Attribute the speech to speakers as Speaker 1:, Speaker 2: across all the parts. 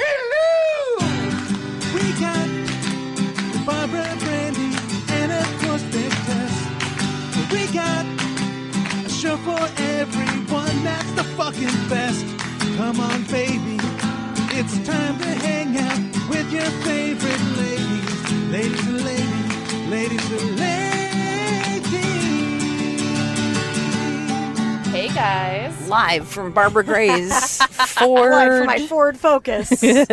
Speaker 1: Hello! We got Barbara Brandy and of course Big Tess. We got a show for everyone that's the fucking best. Come on, baby, it's time to hang out with your favorite ladies. Ladies and ladies, ladies and ladies.
Speaker 2: Hey guys.
Speaker 3: live from Barbara Gray's Ford.
Speaker 4: Live for my Ford Focus. Do you
Speaker 2: you feel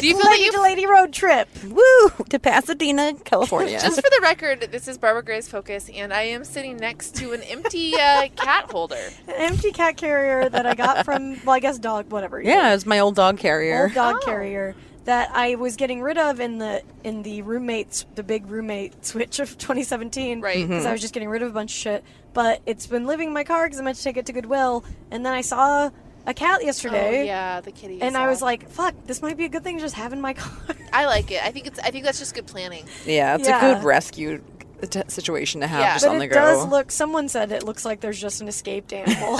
Speaker 4: feel
Speaker 2: that
Speaker 4: lady
Speaker 2: you-
Speaker 4: to lady road trip?
Speaker 3: Woo to Pasadena, California.
Speaker 2: Just for the record, this is Barbara Gray's focus, and I am sitting next to an empty uh, cat holder.
Speaker 4: An empty cat carrier that I got from, well, I guess dog, whatever.
Speaker 3: yeah, it's my old dog carrier.
Speaker 4: Old dog carrier that I was getting rid of in the in the roommates the big roommate switch of Mm-hmm. 2017.
Speaker 2: Right.
Speaker 4: Because I was just getting rid of a bunch of shit, but it's been living in my car because I meant to take it to Goodwill, and then I saw a cat yesterday.
Speaker 2: Oh, yeah, the kitty.
Speaker 4: And
Speaker 2: is
Speaker 4: I was
Speaker 2: off.
Speaker 4: like, "Fuck! This might be a good thing to just have in my car."
Speaker 2: I like it. I think it's. I think that's just good planning.
Speaker 3: yeah, it's
Speaker 4: Yeah.
Speaker 3: a good rescue t- situation to have
Speaker 2: Yeah.
Speaker 3: just
Speaker 4: but
Speaker 3: on the
Speaker 4: it
Speaker 3: go.
Speaker 4: does look. Someone said it looks like there's just an escaped animal.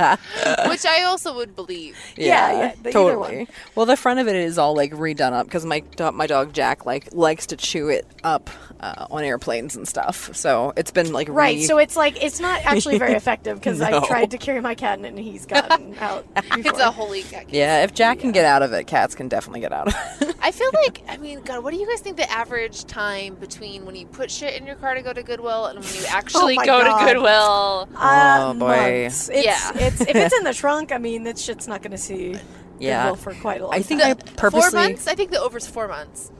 Speaker 2: Which I also would believe.
Speaker 4: yeah, yeah, but either
Speaker 3: totally.
Speaker 4: one.
Speaker 3: Well, the front of it is all like redone up because my do- my dog Jack like likes to chew it up uh, on airplanes and stuff. So it's been like
Speaker 4: Right,
Speaker 3: re-
Speaker 4: so it's like it's not actually very effective because
Speaker 3: No.
Speaker 4: I've tried to carry my cat in it and he's gotten out. Before.
Speaker 2: It's a holy cat.
Speaker 3: yeah, if Jack can get out of it, cats can definitely get out of it.
Speaker 2: I feel like. I mean, God, what do you guys think the average time between when you put shit in your car to go to Goodwill and when you actually
Speaker 4: Oh my
Speaker 2: go
Speaker 4: God.
Speaker 2: to Goodwill?
Speaker 4: uh,
Speaker 3: Oh, boy.
Speaker 4: months. It's,
Speaker 2: Yeah.
Speaker 4: it's if it's in the trunk, I mean, that shit's not going to see
Speaker 3: Yeah.
Speaker 4: Goodwill for quite a long
Speaker 3: I think
Speaker 4: time.
Speaker 3: I purposely
Speaker 2: Four months. I think the over's four months.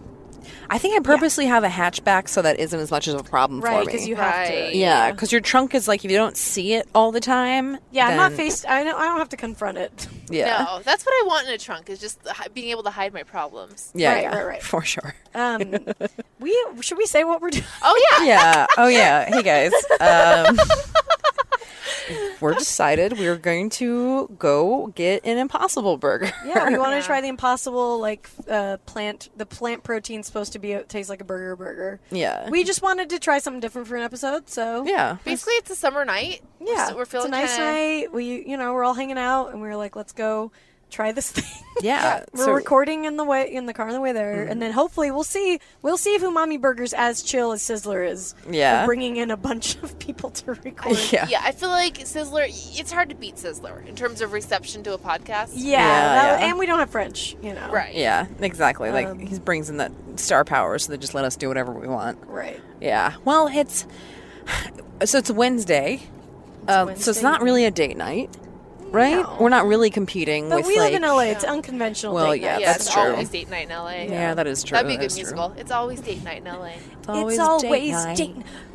Speaker 3: I think I purposely have a hatchback so that isn't as much of a problem
Speaker 4: right
Speaker 3: for me.
Speaker 4: because you have
Speaker 2: Right.
Speaker 4: to.
Speaker 3: yeah, because your trunk is like if you don't see it all the time.
Speaker 4: Yeah, I'm not
Speaker 3: then-
Speaker 4: faced. I don't, I don't have to confront it.
Speaker 3: Yeah,
Speaker 2: No, that's what I want in a trunk is just the hi- being able to hide my problems.
Speaker 3: yeah,
Speaker 4: Right,
Speaker 3: yeah,
Speaker 4: right, right.
Speaker 3: for sure.
Speaker 4: Um, we should we say what we're doing?
Speaker 2: Oh yeah.
Speaker 3: Yeah. Oh yeah. Hey guys. Um, we're decided we're going to go get an Impossible Burger.
Speaker 4: Yeah, we want to try the impossible like f- uh, plant. The plant protein's supposed to be it tastes like a burger burger.
Speaker 3: Yeah.
Speaker 4: We just wanted to try something different for an episode, so
Speaker 3: yeah.
Speaker 2: Basically, it's a summer night. We're
Speaker 4: yeah,
Speaker 2: s- we're feeling
Speaker 4: it's a nice
Speaker 2: kinda-
Speaker 4: night. We you know we're all hanging out, and we were like, let's go try this thing.
Speaker 3: Yeah.
Speaker 4: we're
Speaker 3: so- Mm-hmm.
Speaker 4: recording in the way in the car on the way there, and then hopefully we'll see we'll see if Umami Burger's as chill as Sizzler is. of
Speaker 3: Yeah.
Speaker 4: bringing in a bunch of people to record.
Speaker 3: Yeah.
Speaker 2: Yeah, I feel like Sizzler. It's hard to beat Sizzler in terms of reception to a podcast.
Speaker 4: Yeah,
Speaker 3: Yeah,
Speaker 4: that-
Speaker 3: yeah.
Speaker 4: and we don't have French, you know.
Speaker 2: Right.
Speaker 3: Yeah. Exactly.
Speaker 4: Um,
Speaker 3: like he brings in that star power, so they just let us do whatever we want.
Speaker 4: right.
Speaker 3: Yeah. Well, it's so it's Wednesday, uh, so it's
Speaker 4: Wednesday
Speaker 3: not really a date night, right? We're not really competing
Speaker 4: But
Speaker 3: with
Speaker 4: we
Speaker 3: like.
Speaker 4: live in LA; it's unconventional.
Speaker 3: Well,
Speaker 4: date
Speaker 3: yeah,
Speaker 4: night.
Speaker 2: Yeah,
Speaker 3: that's
Speaker 2: it's
Speaker 3: true.
Speaker 2: always date night in LA.
Speaker 3: Yeah, that is true.
Speaker 2: That'd be a
Speaker 3: that
Speaker 2: good
Speaker 3: is true.
Speaker 2: musical. It's always date night in LA.
Speaker 4: it's always date,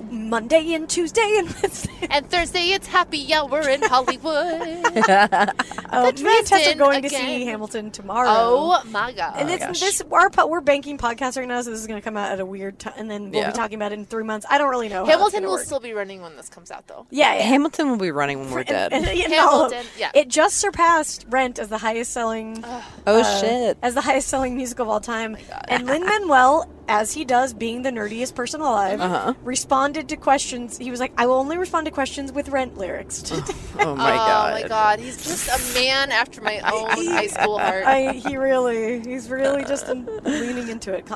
Speaker 4: Monday and Tuesday and Wednesday.
Speaker 2: And Thursday, it's happy hour in Hollywood.
Speaker 4: Oh, me and Tess are
Speaker 2: Dresden
Speaker 4: going to
Speaker 2: again.
Speaker 4: see Hamilton tomorrow.
Speaker 2: oh my god.
Speaker 4: and it's
Speaker 3: gosh.
Speaker 4: this our po- we're banking podcast right now, so this is going to come out at a weird time, and then we'll
Speaker 3: Yeah.
Speaker 4: be talking about it in three months. I don't really know. how it's
Speaker 2: Hamilton
Speaker 4: gonna
Speaker 2: will
Speaker 4: work.
Speaker 2: still be running when this comes out, though.
Speaker 4: yeah, yeah.
Speaker 3: Hamilton will be running when we're dead.
Speaker 4: And, you know,
Speaker 2: Hamilton, yeah.
Speaker 4: It just surpassed Rent as the highest selling
Speaker 3: oh
Speaker 4: uh,
Speaker 3: shit!
Speaker 4: as the highest selling musical of all time.
Speaker 2: Oh
Speaker 4: and Lin Manuel, as he does, being the nerdiest person alive,
Speaker 3: Uh-huh.
Speaker 4: responded to questions. He was like, "I will only respond to questions with Rent lyrics." today."
Speaker 3: Oh my god!
Speaker 2: Oh my god, he's just a man after my own high school heart.
Speaker 4: I, he really, he's really just um, leaning into it,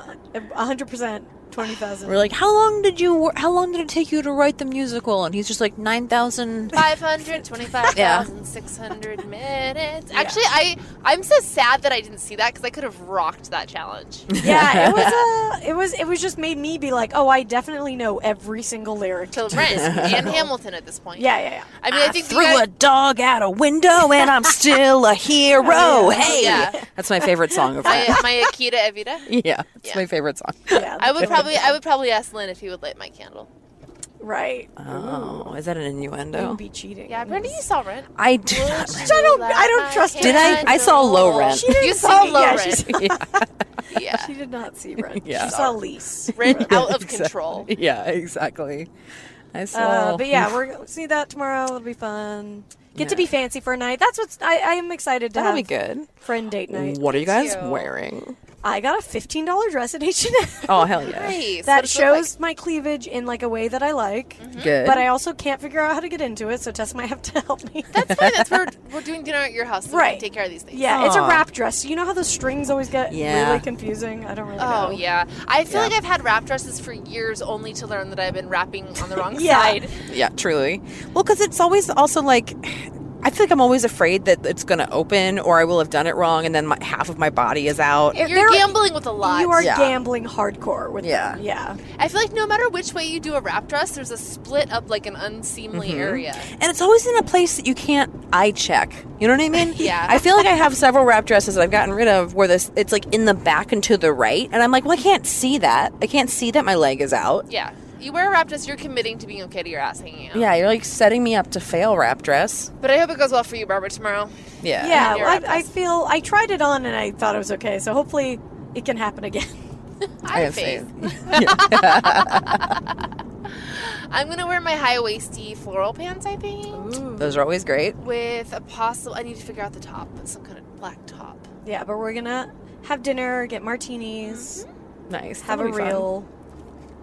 Speaker 4: hundred percent, twenty thousand.
Speaker 3: We're like, how long did you? wor- How long did it take you to write the musical? And he's just like nine thousand.
Speaker 2: Five hundred twenty-five thousand six hundred minutes. Actually, I I'm so sad that I didn't see that because I could have rocked that challenge.
Speaker 4: Yeah, it was. Uh, it was. It was just made me be like, oh, I definitely know every single lyric.
Speaker 2: to
Speaker 4: To-
Speaker 2: Rent and Hamilton at this point.
Speaker 4: yeah, yeah, yeah.
Speaker 2: I mean, I, think
Speaker 3: Threw
Speaker 2: you guys,
Speaker 3: a dog out a window, and I'm still a hero. Hey,
Speaker 2: Yeah.
Speaker 3: that's my favorite song of
Speaker 2: my,
Speaker 3: Rent.
Speaker 2: my Akita Evita.
Speaker 3: Yeah, it's
Speaker 2: Yeah.
Speaker 3: my favorite song.
Speaker 4: yeah
Speaker 2: I would
Speaker 4: that's
Speaker 2: probably I would probably ask Lynn if he would light my candle.
Speaker 4: good. Right.
Speaker 3: Oh, is that an
Speaker 4: It
Speaker 3: innuendo?
Speaker 4: would be cheating.
Speaker 2: Yeah, Brenda, you saw Rent.
Speaker 3: I do not
Speaker 2: Would
Speaker 3: remember.
Speaker 2: you
Speaker 4: don't-
Speaker 2: light
Speaker 4: I don't
Speaker 2: my
Speaker 4: trust
Speaker 3: Did I- I saw Low
Speaker 2: candle?
Speaker 3: Rent. She
Speaker 2: you
Speaker 4: didn't
Speaker 2: saw
Speaker 4: see-
Speaker 2: Low
Speaker 4: yeah, she
Speaker 2: Rent. Yeah.
Speaker 4: She did not see Rent.
Speaker 3: Yeah.
Speaker 4: She saw Lise.
Speaker 2: Rent out of control.
Speaker 3: Yeah, exactly. I saw.
Speaker 4: Uh, but yeah, we're gonna see that tomorrow. It'll be fun. Get to be fancy for a night. That's what's I, I am excited to
Speaker 3: that'll be
Speaker 4: have
Speaker 3: good.
Speaker 4: friend date night.
Speaker 3: What are you guys
Speaker 2: Cute.
Speaker 3: wearing?
Speaker 4: I got a fifteen dollar dress at H and M.
Speaker 3: Oh hell yeah.
Speaker 2: Nice. What
Speaker 4: That
Speaker 2: does it look like?
Speaker 4: shows my cleavage in like a way that I like,
Speaker 2: Mm-hmm.
Speaker 3: Good.
Speaker 4: but I also can't figure out how to get into it, so Tess might have to help me.
Speaker 2: That's fine. That's where we're doing dinner at your house. So right.
Speaker 4: Right.
Speaker 2: Take care of these things.
Speaker 4: yeah, it's a
Speaker 3: Aw.
Speaker 4: wrap dress. You know how the strings always get
Speaker 3: Yeah.
Speaker 4: really confusing. I don't really know.
Speaker 2: Oh yeah. I feel
Speaker 3: Yeah.
Speaker 2: like I've had wrap dresses for years, only to learn that I've been wrapping on the wrong
Speaker 4: Yeah.
Speaker 2: side.
Speaker 3: yeah, truly. Well, because it's always also like. I feel like I'm always afraid that it's going to open, or I will have done it wrong, and then my, half of my body is out.
Speaker 4: If
Speaker 2: You're
Speaker 4: there-
Speaker 2: gambling with a lot.
Speaker 4: You are
Speaker 3: Yeah.
Speaker 4: gambling hardcore with
Speaker 3: Yeah.
Speaker 4: them. Yeah.
Speaker 2: I feel like no matter which way you do a wrap dress, there's a split up like an unseemly
Speaker 4: Mm-hmm.
Speaker 2: area.
Speaker 3: And it's always in a place that you can't eye check. You know what I mean?
Speaker 2: Yeah.
Speaker 3: I feel like I have several wrap dresses that I've gotten rid of where this it's like in the back and to the right, and I'm like, well, I can't see that. I can't see that my leg is out.
Speaker 2: Yeah. You wear a wrap dress, you're committing to being okay to your ass hanging out.
Speaker 3: Yeah, you're like setting me up to fail wrap dress.
Speaker 2: But I hope it goes well for you, Barbara, tomorrow.
Speaker 3: Yeah.
Speaker 4: Yeah.
Speaker 2: You're
Speaker 4: well,
Speaker 2: up,
Speaker 4: I, I
Speaker 2: Tess.
Speaker 4: feel I tried it on and I thought it was okay, so hopefully it can happen again.
Speaker 2: I have faith. I'm gonna wear my high waisty floral pants, I think.
Speaker 3: Those are always great.
Speaker 2: With a possible I need to figure out the top, some kind of black top.
Speaker 4: Yeah, but we're gonna have dinner, get
Speaker 2: Mm-hmm.
Speaker 4: martinis,
Speaker 3: Nice.
Speaker 4: have a
Speaker 3: That'll be fun.
Speaker 4: real.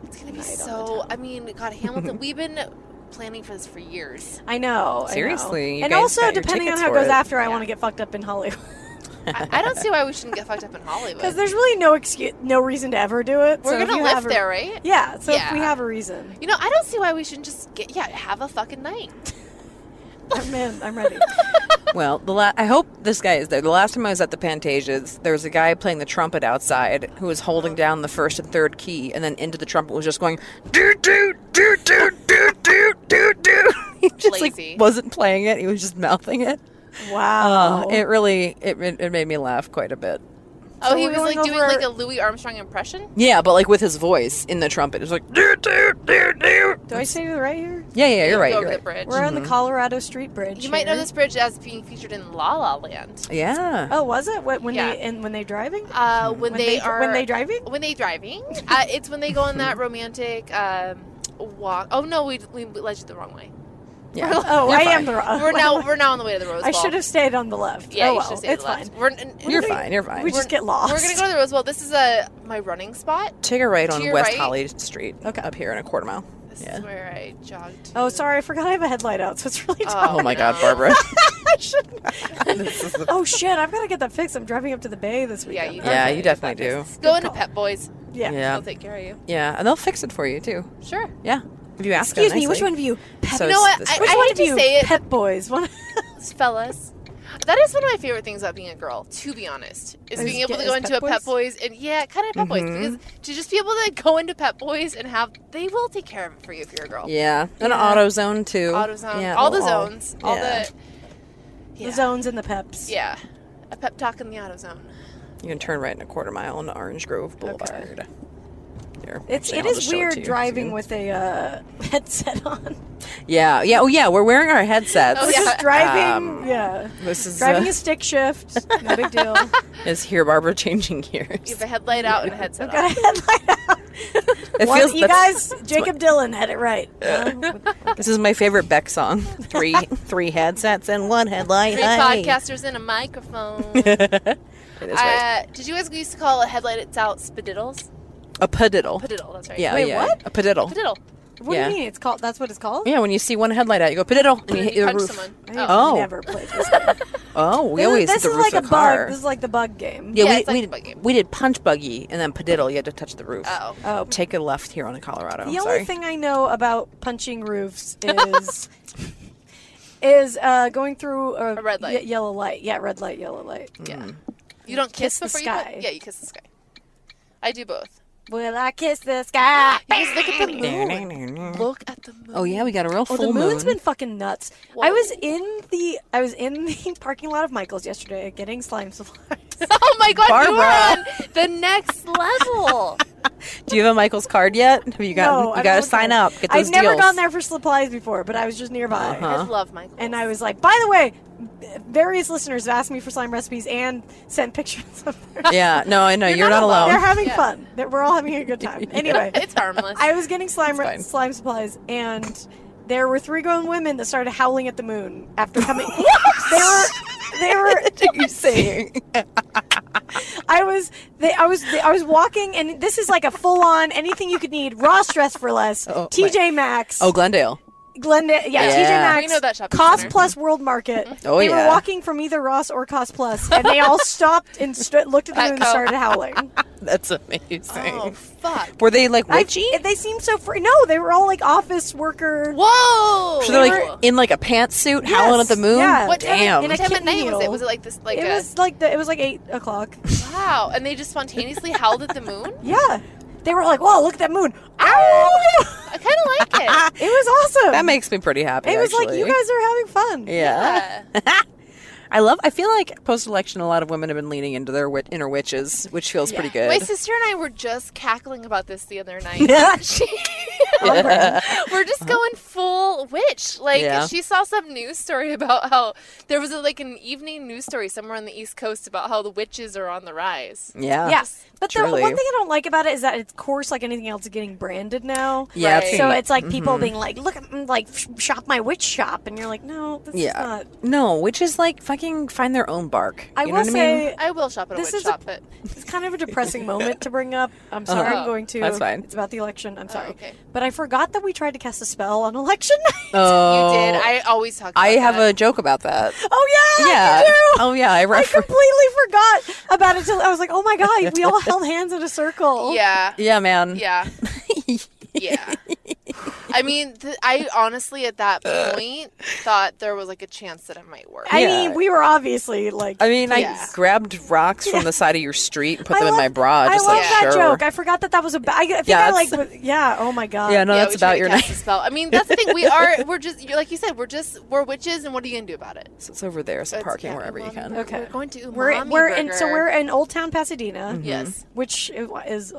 Speaker 2: It's gonna be so I mean, God, Hamilton we've been planning for this for years.
Speaker 4: I know. I know.
Speaker 3: Seriously, you
Speaker 4: And
Speaker 3: guys got
Speaker 4: also,
Speaker 3: your
Speaker 4: depending on
Speaker 3: tickets
Speaker 4: how it
Speaker 3: for
Speaker 4: goes
Speaker 3: it.
Speaker 4: after, I want to get fucked up in Hollywood
Speaker 2: I, I don't see why we shouldn't get fucked up in
Speaker 4: because
Speaker 2: Hollywood.
Speaker 4: there's really no excuse, no reason to ever do it. so
Speaker 2: We're
Speaker 4: if
Speaker 2: gonna
Speaker 4: you have
Speaker 2: live
Speaker 4: a-
Speaker 2: there, right?
Speaker 4: Yeah. So if we
Speaker 2: Yeah.
Speaker 4: have a reason,
Speaker 2: You know, I don't see why we shouldn't just get yeah, have a fucking night.
Speaker 4: I'm in. I'm ready.
Speaker 3: Well, the la- I hope this guy is there. The last time I was at the Pantages, there was a guy playing the trumpet outside who was holding down the first and third key, and then into the trumpet was just going do do do do do do do do. He just
Speaker 2: Lazy.
Speaker 3: like wasn't playing it; he was just mouthing it.
Speaker 4: Wow. Oh.
Speaker 3: Uh, it really it, it it made me laugh quite a bit.
Speaker 2: Oh, he
Speaker 4: we're
Speaker 2: was like
Speaker 4: going
Speaker 2: doing
Speaker 4: over-
Speaker 2: like a Louis Armstrong impression?
Speaker 3: Yeah, but like with his voice in the trumpet, it was like do do do do.
Speaker 4: do I say it right here?
Speaker 3: Yeah, yeah, you're right.
Speaker 2: Go
Speaker 3: You're
Speaker 2: over the
Speaker 3: right.
Speaker 2: bridge.
Speaker 4: We're
Speaker 3: Mm-hmm.
Speaker 4: on the Colorado Street Bridge.
Speaker 2: You might know
Speaker 4: here.
Speaker 2: this bridge as being featured in La La Land.
Speaker 3: Yeah.
Speaker 4: Oh, was it what, when
Speaker 2: Yeah.
Speaker 4: they and when they driving?
Speaker 2: Uh, when,
Speaker 4: When
Speaker 2: they,
Speaker 4: they-
Speaker 2: are
Speaker 4: when they driving?
Speaker 2: when they driving, uh, it's when they go on that romantic um, walk. Oh no, we we led you the wrong way.
Speaker 3: yeah.
Speaker 4: Oh,
Speaker 3: You're
Speaker 4: I
Speaker 3: fine.
Speaker 4: am the wrong.
Speaker 2: We're now we're now on the way to the Rose Bowl.
Speaker 4: I should have stayed on the left.
Speaker 2: Yeah,
Speaker 4: oh,
Speaker 2: you
Speaker 4: well,
Speaker 2: should stay to
Speaker 4: it's
Speaker 2: the left.
Speaker 4: fine.
Speaker 2: We're, n- n-
Speaker 3: You're
Speaker 2: we're-
Speaker 3: fine. You're fine.
Speaker 4: We just get lost.
Speaker 2: We're gonna go to the Rose Bowl. This is a my running spot.
Speaker 3: Take a right
Speaker 2: to
Speaker 3: on
Speaker 2: your
Speaker 3: West
Speaker 2: right.
Speaker 3: Holly Street. Okay. Up here in a quarter mile.
Speaker 2: This is where I jogged.
Speaker 4: Oh, sorry, I forgot I have a headlight out, so it's really dark.
Speaker 3: Oh, my God, Barbara.
Speaker 4: Oh. shit, I've got to get that fixed. I'm driving up to the bay this
Speaker 2: Yeah,
Speaker 4: weekend.
Speaker 2: you
Speaker 3: Yeah,
Speaker 2: definitely
Speaker 3: you
Speaker 2: did that
Speaker 3: definitely do.
Speaker 2: fix. Go into Pet Boys.
Speaker 4: Yeah.
Speaker 3: Yeah.
Speaker 2: They'll take care of you.
Speaker 3: Yeah, and they'll fix it for you too.
Speaker 2: Sure.
Speaker 3: Yeah, if you ask.
Speaker 4: Excuse
Speaker 3: them
Speaker 4: me, which
Speaker 3: nicely.
Speaker 4: one of you? Pep-
Speaker 3: So
Speaker 2: You know what?
Speaker 3: it's this
Speaker 2: I,
Speaker 3: way.
Speaker 4: which
Speaker 2: I
Speaker 4: one
Speaker 2: hate
Speaker 4: of
Speaker 2: to
Speaker 4: you?
Speaker 2: say it,
Speaker 4: Pep boys. One.
Speaker 2: fellas. That is one of my favorite things about being a girl, to be honest, is
Speaker 4: Is
Speaker 2: being able
Speaker 4: get-
Speaker 2: to go
Speaker 4: is
Speaker 2: into
Speaker 4: Pep
Speaker 2: a Pet Boys and yeah, kind of Pet
Speaker 3: Mm-hmm.
Speaker 2: Boys because to just be able to go into Pet Boys and have they will take care of it for you if you're a girl.
Speaker 3: Yeah, and AutoZone too.
Speaker 2: AutoZone,
Speaker 3: Yeah,
Speaker 2: all the
Speaker 3: they'll
Speaker 2: zones, all
Speaker 3: yeah.
Speaker 2: the yeah,
Speaker 4: The zones and the peps.
Speaker 2: yeah, a pep talk in the AutoZone.
Speaker 3: You can turn right in a quarter mile on Orange Grove Boulevard. Here,
Speaker 4: It's
Speaker 3: actually,
Speaker 4: it
Speaker 3: I'll
Speaker 4: is
Speaker 3: just show it to
Speaker 4: weird
Speaker 3: you
Speaker 4: driving
Speaker 3: soon.
Speaker 4: with a uh, headset on.
Speaker 3: Yeah, yeah, oh yeah, we're wearing our headsets.
Speaker 2: Oh, yeah.
Speaker 4: Just driving.
Speaker 3: Um,
Speaker 4: yeah.
Speaker 3: This is
Speaker 4: Driving
Speaker 3: uh,
Speaker 4: a stick shift. No big deal.
Speaker 3: is here, Barbara changing
Speaker 2: You
Speaker 3: gears.
Speaker 2: have a headlight out and a headset
Speaker 4: Got a
Speaker 2: on.
Speaker 4: headlight out.
Speaker 3: It
Speaker 4: One-
Speaker 3: feels
Speaker 4: you
Speaker 3: that's-
Speaker 4: guys, Jacob Dylan had it right. Uh,
Speaker 3: This is my favorite Beck song. Three, three headsets and one headlight.
Speaker 2: Three
Speaker 3: hey.
Speaker 2: podcasters and a microphone.
Speaker 3: It is right.
Speaker 2: uh, did you guys used to call a headlight it's out spadiddles?
Speaker 3: a padiddle.
Speaker 2: Padiddle, that's right.
Speaker 3: yeah,
Speaker 4: Wait,
Speaker 3: yeah.
Speaker 4: what?
Speaker 3: A padiddle.
Speaker 2: Padiddle.
Speaker 4: what
Speaker 3: Yeah.
Speaker 4: do you mean? It's called. That's what it's called.
Speaker 3: Yeah, when you see one headlight out, you go padiddle, and you
Speaker 2: When
Speaker 3: hit
Speaker 2: you
Speaker 3: the
Speaker 2: punch
Speaker 3: roof.
Speaker 2: someone.
Speaker 4: I
Speaker 2: Oh.
Speaker 4: have
Speaker 3: Oh.
Speaker 4: never played this. game.
Speaker 3: Oh, we
Speaker 4: This is-
Speaker 3: always hit
Speaker 4: this
Speaker 3: the
Speaker 4: is
Speaker 3: roof
Speaker 4: like
Speaker 3: of
Speaker 4: a
Speaker 3: the
Speaker 4: bug.
Speaker 3: car.
Speaker 4: This is like the bug game.
Speaker 3: Yeah,
Speaker 2: Yeah,
Speaker 3: we,
Speaker 2: it's like
Speaker 3: we,
Speaker 2: a bug
Speaker 3: did,
Speaker 2: game.
Speaker 3: we did punch buggy and then padiddle. You had to touch the roof.
Speaker 2: Oh.
Speaker 4: Oh,
Speaker 3: Take a left here on Colorado.
Speaker 4: The
Speaker 3: I'm
Speaker 4: only
Speaker 3: sorry.
Speaker 4: thing I know about punching roofs is is uh, going through a,
Speaker 2: A red light.
Speaker 4: ye- yellow light. Yeah, red light, yellow light.
Speaker 2: Yeah. You don't kiss,
Speaker 4: Kiss the
Speaker 2: before you put-
Speaker 4: sky.
Speaker 2: Yeah, you kiss the sky. I do both.
Speaker 4: Will I kiss the sky?
Speaker 2: You just look at the moon. Look at the moon.
Speaker 3: Oh yeah, we got a real full
Speaker 4: Oh, the moon's
Speaker 3: moon.
Speaker 4: been fucking nuts. I was in the I was in the parking lot of Michael's yesterday getting slime supplies.
Speaker 2: Oh my god, you
Speaker 3: Barbara.
Speaker 2: are on the next level.
Speaker 3: Do you have a Michael's card yet? Have you gotten?
Speaker 4: No,
Speaker 3: you
Speaker 4: I've
Speaker 3: got to
Speaker 4: never
Speaker 3: sign
Speaker 4: gone-
Speaker 3: up. Get those
Speaker 4: I've never
Speaker 3: deals.
Speaker 4: gone there for supplies before, but I was just nearby.
Speaker 3: Uh-huh.
Speaker 2: I love Michael.
Speaker 4: And I was like, by the way, various listeners have asked me for slime recipes and sent pictures of their
Speaker 3: Yeah, no, I know you're, not, alone.
Speaker 4: They're having
Speaker 2: Yeah.
Speaker 4: fun. They're- We're all having a good time. Anyway,
Speaker 2: it's harmless.
Speaker 4: I was getting slime
Speaker 3: It's fine.
Speaker 4: slime supplies, and there were three grown women that started howling at the moon after coming. they were, they were.
Speaker 3: You're saying?
Speaker 4: I I was, they, I was, they, I was walking, and this is like a full-on anything you could need. Ross Dress for Less,
Speaker 3: Oh,
Speaker 4: TJ Maxx,
Speaker 3: Oh, Glendale.
Speaker 4: Glendale, yeah, TJ
Speaker 3: Yeah.
Speaker 4: Maxx,
Speaker 2: We know that shopping
Speaker 4: Cost
Speaker 2: center.
Speaker 4: Plus World Market.
Speaker 3: Oh,
Speaker 4: they
Speaker 3: yeah.
Speaker 4: were walking from either Ross or Cost Plus, and they all stopped and st- looked at them and
Speaker 2: Petco.
Speaker 4: started howling.
Speaker 3: That's amazing.
Speaker 2: Oh fuck!
Speaker 3: Were they like
Speaker 4: I,
Speaker 3: witchy?
Speaker 4: they seemed so free. No, they were all like office worker.
Speaker 2: Whoa!
Speaker 3: so they're like in like a pantsuit, howling at the moon.
Speaker 4: yeah.
Speaker 2: what time,
Speaker 3: Damn.
Speaker 2: What time
Speaker 4: In a
Speaker 2: of night was
Speaker 4: kidney
Speaker 2: it? Was it like this? Like
Speaker 4: It
Speaker 2: a,
Speaker 4: was like the, it was like eight o'clock.
Speaker 2: wow! And they just spontaneously howled at the moon.
Speaker 4: Yeah, they were like, "Whoa, look at that moon!" Ow!
Speaker 2: I kind of like it.
Speaker 4: it was awesome.
Speaker 3: that makes me pretty happy.
Speaker 4: it was like
Speaker 3: actually.
Speaker 4: you guys are having fun.
Speaker 3: Yeah.
Speaker 2: Yeah.
Speaker 3: I love. I feel like post election, a lot of women have been leaning into their wit- inner witches, which feels pretty good.
Speaker 2: My sister and I were just cackling about this the other night. we're just going full witch. Like
Speaker 3: Uh-huh. Yeah.
Speaker 2: she saw some news story about how there was a, like an evening news story somewhere on the East Coast about how the witches are on the rise.
Speaker 3: yeah.
Speaker 4: Yeah, but the one
Speaker 3: Truly.
Speaker 4: thing I don't like about it is that it's course like anything else getting branded now.
Speaker 3: Yeah. Mm-hmm.
Speaker 2: Right.
Speaker 3: it's-
Speaker 4: So it's like people being like, "Look, at mm, like sh- shop my witch shop," and you're like, "No, this is
Speaker 3: yeah.
Speaker 4: not."
Speaker 3: No, witches like fucking find their own bark.
Speaker 4: I
Speaker 3: you know
Speaker 4: will
Speaker 3: what I mean?
Speaker 4: say
Speaker 2: I will shop at a
Speaker 4: This
Speaker 2: witch
Speaker 4: is a-
Speaker 2: shop, but
Speaker 4: it's kind of a depressing moment to bring up. I'm sorry,
Speaker 2: Uh-huh.
Speaker 4: I'm going to.
Speaker 3: That's fine.
Speaker 4: It's about the election. I'm sorry,
Speaker 2: Oh, okay.
Speaker 4: but I forgot that we tried to cast a spell on election night.
Speaker 3: Oh,
Speaker 2: you did. I always talk. About
Speaker 3: I have
Speaker 2: that.
Speaker 3: a joke about that.
Speaker 4: oh yeah,
Speaker 3: yeah.
Speaker 4: you do.
Speaker 3: Oh yeah. I
Speaker 4: I
Speaker 3: refer.
Speaker 4: completely forgot about it till I was like, "Oh my god, we all held hands in a circle."
Speaker 2: yeah.
Speaker 3: yeah, man.
Speaker 2: Yeah. yeah. I mean, th- I honestly at that point thought there was like a chance that it might work.
Speaker 4: I
Speaker 3: Yeah.
Speaker 4: mean, we were obviously like.
Speaker 3: I mean, I
Speaker 2: Yeah.
Speaker 3: grabbed rocks from the side of your street and put
Speaker 4: I
Speaker 3: them in
Speaker 4: love-
Speaker 3: my bra.
Speaker 4: I
Speaker 3: Just
Speaker 4: love
Speaker 3: like
Speaker 4: that
Speaker 3: sure.
Speaker 4: joke. I forgot that that was a. Ba- I, I think
Speaker 3: Yeah,
Speaker 4: I like.
Speaker 3: it's-
Speaker 4: was- Yeah. Oh my god.
Speaker 3: Yeah, no,
Speaker 2: Yeah,
Speaker 3: that's
Speaker 2: we try
Speaker 3: about
Speaker 2: to
Speaker 3: your
Speaker 2: cast
Speaker 3: night.
Speaker 2: a spell. I mean, that's the thing. We are. We're just you're, like you said. We're just we're witches, and what are you gonna do about it?
Speaker 3: So it's over there, so
Speaker 2: It's-
Speaker 3: parking
Speaker 2: yeah,
Speaker 3: wherever you
Speaker 2: umami-
Speaker 3: can.
Speaker 4: Okay.
Speaker 2: We're going to umami
Speaker 4: We're we're in
Speaker 2: burger.
Speaker 4: so we're in Old Town Pasadena,
Speaker 3: Mm-hmm.
Speaker 2: yes.
Speaker 4: which is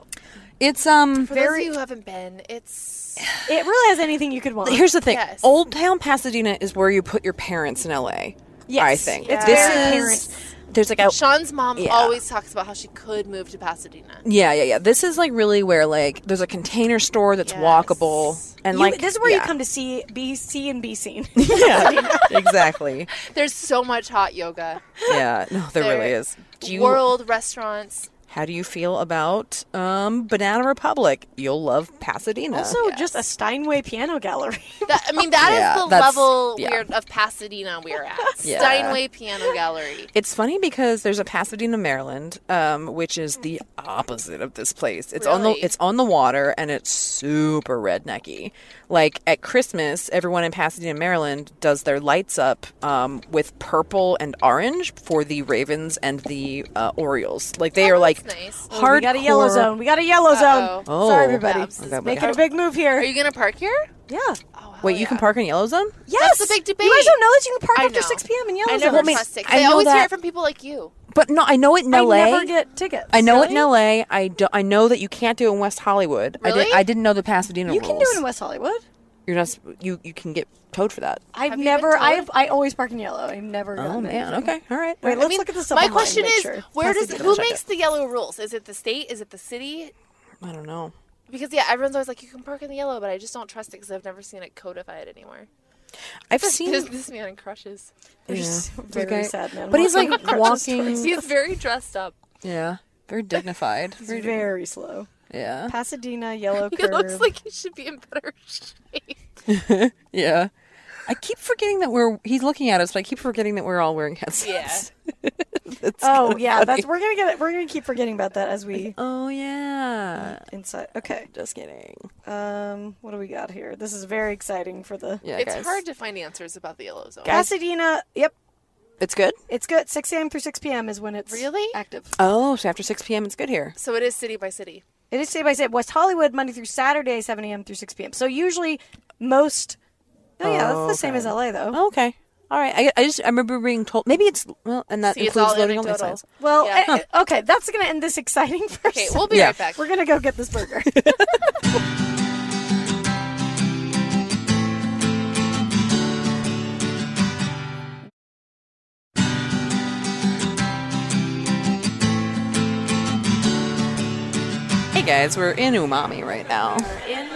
Speaker 3: It's um.
Speaker 2: For those
Speaker 4: Very-
Speaker 2: of you who haven't been, it's
Speaker 4: it really has anything you could want.
Speaker 3: Here's the thing.
Speaker 2: Yes.
Speaker 3: Old Town Pasadena is where you put your parents in LA.
Speaker 4: Yes.
Speaker 3: I think
Speaker 4: It's
Speaker 3: this
Speaker 4: very
Speaker 3: is. There's like a
Speaker 2: Sean's mom
Speaker 3: Oh. Yeah.
Speaker 2: always talks about how she could move to Pasadena.
Speaker 3: yeah yeah yeah. This is like really where like there's a container store that's
Speaker 2: Yes.
Speaker 3: walkable and
Speaker 4: You-
Speaker 3: like
Speaker 4: this is where
Speaker 3: yeah.
Speaker 4: you come to see be seen and be seen.
Speaker 3: yeah exactly
Speaker 2: There's so much hot yoga.
Speaker 3: yeah no there, really
Speaker 2: There-
Speaker 3: is. Do you
Speaker 2: World restaurants.
Speaker 3: how do you feel about um Banana Republic? You'll love Pasadena.
Speaker 4: also, just a Steinway piano gallery.
Speaker 2: That, I mean, that is
Speaker 3: Yeah,
Speaker 2: the
Speaker 3: that's-
Speaker 2: level
Speaker 3: yeah.
Speaker 2: we're, of Pasadena we're at.
Speaker 3: Yeah.
Speaker 2: Steinway Piano Gallery.
Speaker 3: It's funny because there's a Pasadena, Maryland, um, which is the opposite of this place. It's on the
Speaker 2: Really?
Speaker 3: it's on the water and it's super rednecky. Like at Christmas, everyone in Pasadena, Maryland, does their lights up um, with purple and orange for the Ravens and the uh, Orioles. Like they are like
Speaker 2: that's nice.
Speaker 4: Oh, we got a yellow
Speaker 3: hardcore-
Speaker 4: zone. We got a yellow zone.
Speaker 3: Oh.
Speaker 4: Sorry, everybody.
Speaker 3: Yeah, I'm glad we
Speaker 4: Making
Speaker 3: got-
Speaker 4: a big move here.
Speaker 2: Are you gonna park here?
Speaker 4: yeah.
Speaker 2: Oh, hell
Speaker 3: Wait, you
Speaker 2: yeah.
Speaker 3: can park in yellow zone?
Speaker 4: Yes.
Speaker 2: the big
Speaker 4: You
Speaker 2: debate.
Speaker 4: guys don't know that you can park
Speaker 2: I
Speaker 4: after
Speaker 2: know.
Speaker 4: 6 p.m. in yellow
Speaker 2: I
Speaker 4: zone.
Speaker 2: never
Speaker 3: Well, I mean,
Speaker 2: trust it. 'cause
Speaker 3: I
Speaker 2: I,
Speaker 3: know
Speaker 2: always hear
Speaker 3: that-
Speaker 2: it from people like you.
Speaker 3: But no, I know it in
Speaker 4: I
Speaker 3: LA.
Speaker 4: never get tickets.
Speaker 3: I know it in
Speaker 2: Really?
Speaker 3: LA. I, do, I know that you can't do it in West Hollywood. I,
Speaker 2: Really?
Speaker 3: did, I didn't know the Pasadena
Speaker 4: You
Speaker 3: rules.
Speaker 4: can do it in West Hollywood.
Speaker 3: You're not. sp- You you can get towed for that.
Speaker 4: I've
Speaker 2: Have you been
Speaker 4: never.
Speaker 2: told?
Speaker 4: I've I always park in yellow. I've never.
Speaker 3: Oh
Speaker 4: gotten
Speaker 3: man.
Speaker 4: anything.
Speaker 3: Okay. All right.
Speaker 4: Wait,
Speaker 3: all
Speaker 4: let's
Speaker 3: right.
Speaker 4: look at this up.
Speaker 2: My
Speaker 4: online,
Speaker 2: question
Speaker 4: make
Speaker 2: is,
Speaker 4: sure.
Speaker 2: where does
Speaker 4: Pasadena.
Speaker 2: who
Speaker 3: check
Speaker 2: makes the yellow rules? Is it the state? Is it the city?
Speaker 3: I don't know.
Speaker 2: Because yeah, everyone's always like, you can park in the yellow, but I just don't trust it because I've never seen it codified anywhere.
Speaker 3: I've seen.
Speaker 2: This, this man in crushes.
Speaker 4: They're
Speaker 3: Yeah.
Speaker 4: just
Speaker 3: This
Speaker 4: very
Speaker 3: guy-
Speaker 4: sad man.
Speaker 3: But he's like
Speaker 4: Walking across the street.
Speaker 3: walking.
Speaker 2: He's very dressed up.
Speaker 3: Yeah. Very dignified.
Speaker 4: He's very slow.
Speaker 3: Yeah.
Speaker 4: Pasadena yellow
Speaker 2: He
Speaker 4: curve.
Speaker 2: looks like he should be in better shape.
Speaker 3: Yeah. I keep forgetting that we're. He's looking at us, but I keep forgetting that we're all wearing headsets. Yeah.
Speaker 4: oh yeah, that's we're gonna get we're gonna keep forgetting about that as we
Speaker 3: Oh yeah.
Speaker 4: inside. Okay,
Speaker 3: Just kidding.
Speaker 4: um, what do we got here? This is very exciting for the
Speaker 3: Yeah,
Speaker 2: it's
Speaker 3: guys.
Speaker 2: hard to find answers about the yellow zone.
Speaker 4: Pasadena. Yep,
Speaker 3: It's good.
Speaker 4: it's good. 6 a.m. through 6 p.m. is when it's
Speaker 2: Really?
Speaker 4: active.
Speaker 3: Oh, so after 6 p.m. it's good here.
Speaker 2: So it is city by city.
Speaker 4: It is state by state. West Hollywood Monday through Saturday 7 a.m. through 6 p.m. So usually most. Oh yeah, that's the same
Speaker 3: Okay.
Speaker 4: as LA though.
Speaker 3: Oh, okay. All right. I, I just I remember being told maybe it's well, and that
Speaker 2: See, it's
Speaker 3: includes
Speaker 2: all
Speaker 3: loading all my
Speaker 2: anecdotal.
Speaker 3: signs.
Speaker 4: Well,
Speaker 2: Yeah.
Speaker 4: eh, eh, okay, that's gonna end this exciting. Person.
Speaker 2: Okay, we'll be
Speaker 3: Yeah.
Speaker 2: right back.
Speaker 4: We're gonna go get this burger.
Speaker 3: Hey guys, we're in Umami right now.
Speaker 4: in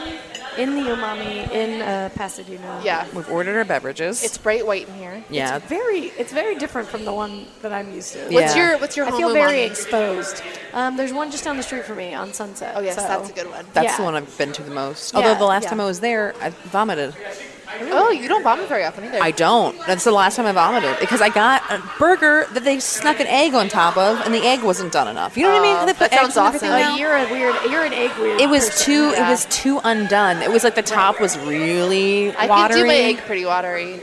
Speaker 4: in the umami in uh, Pasadena.
Speaker 2: Yeah.
Speaker 3: We've ordered our beverages.
Speaker 2: It's bright white in here.
Speaker 3: yeah.
Speaker 4: Very, it's very different from the one that I'm used to.
Speaker 3: Yeah.
Speaker 2: What's your What's your
Speaker 4: I
Speaker 2: home
Speaker 4: feel very
Speaker 2: umami?
Speaker 4: exposed. Um, there's one just down the street from me on Sunset.
Speaker 2: Oh yes,
Speaker 4: so-
Speaker 2: that's a good one.
Speaker 3: That's the
Speaker 4: yeah.
Speaker 3: one I've been to the most.
Speaker 4: Yeah,
Speaker 3: Although the last
Speaker 4: yeah.
Speaker 3: time I was there, I vomited.
Speaker 2: Oh, you don't vomit very often either.
Speaker 3: I don't. That's the last time I vomited because I got a burger that they snuck an egg on top of, and the egg wasn't done enough. You know what I
Speaker 2: Oh,
Speaker 3: mean? They put
Speaker 2: that
Speaker 3: eggs
Speaker 2: sounds
Speaker 3: and everything
Speaker 2: awesome.
Speaker 3: now.
Speaker 4: Uh, you're a weird. You're an egg weird.
Speaker 3: It was
Speaker 4: person.
Speaker 3: too.
Speaker 2: yeah.
Speaker 3: It was too undone. It was like the top was really
Speaker 2: I
Speaker 3: watery.
Speaker 2: can do my egg pretty watery,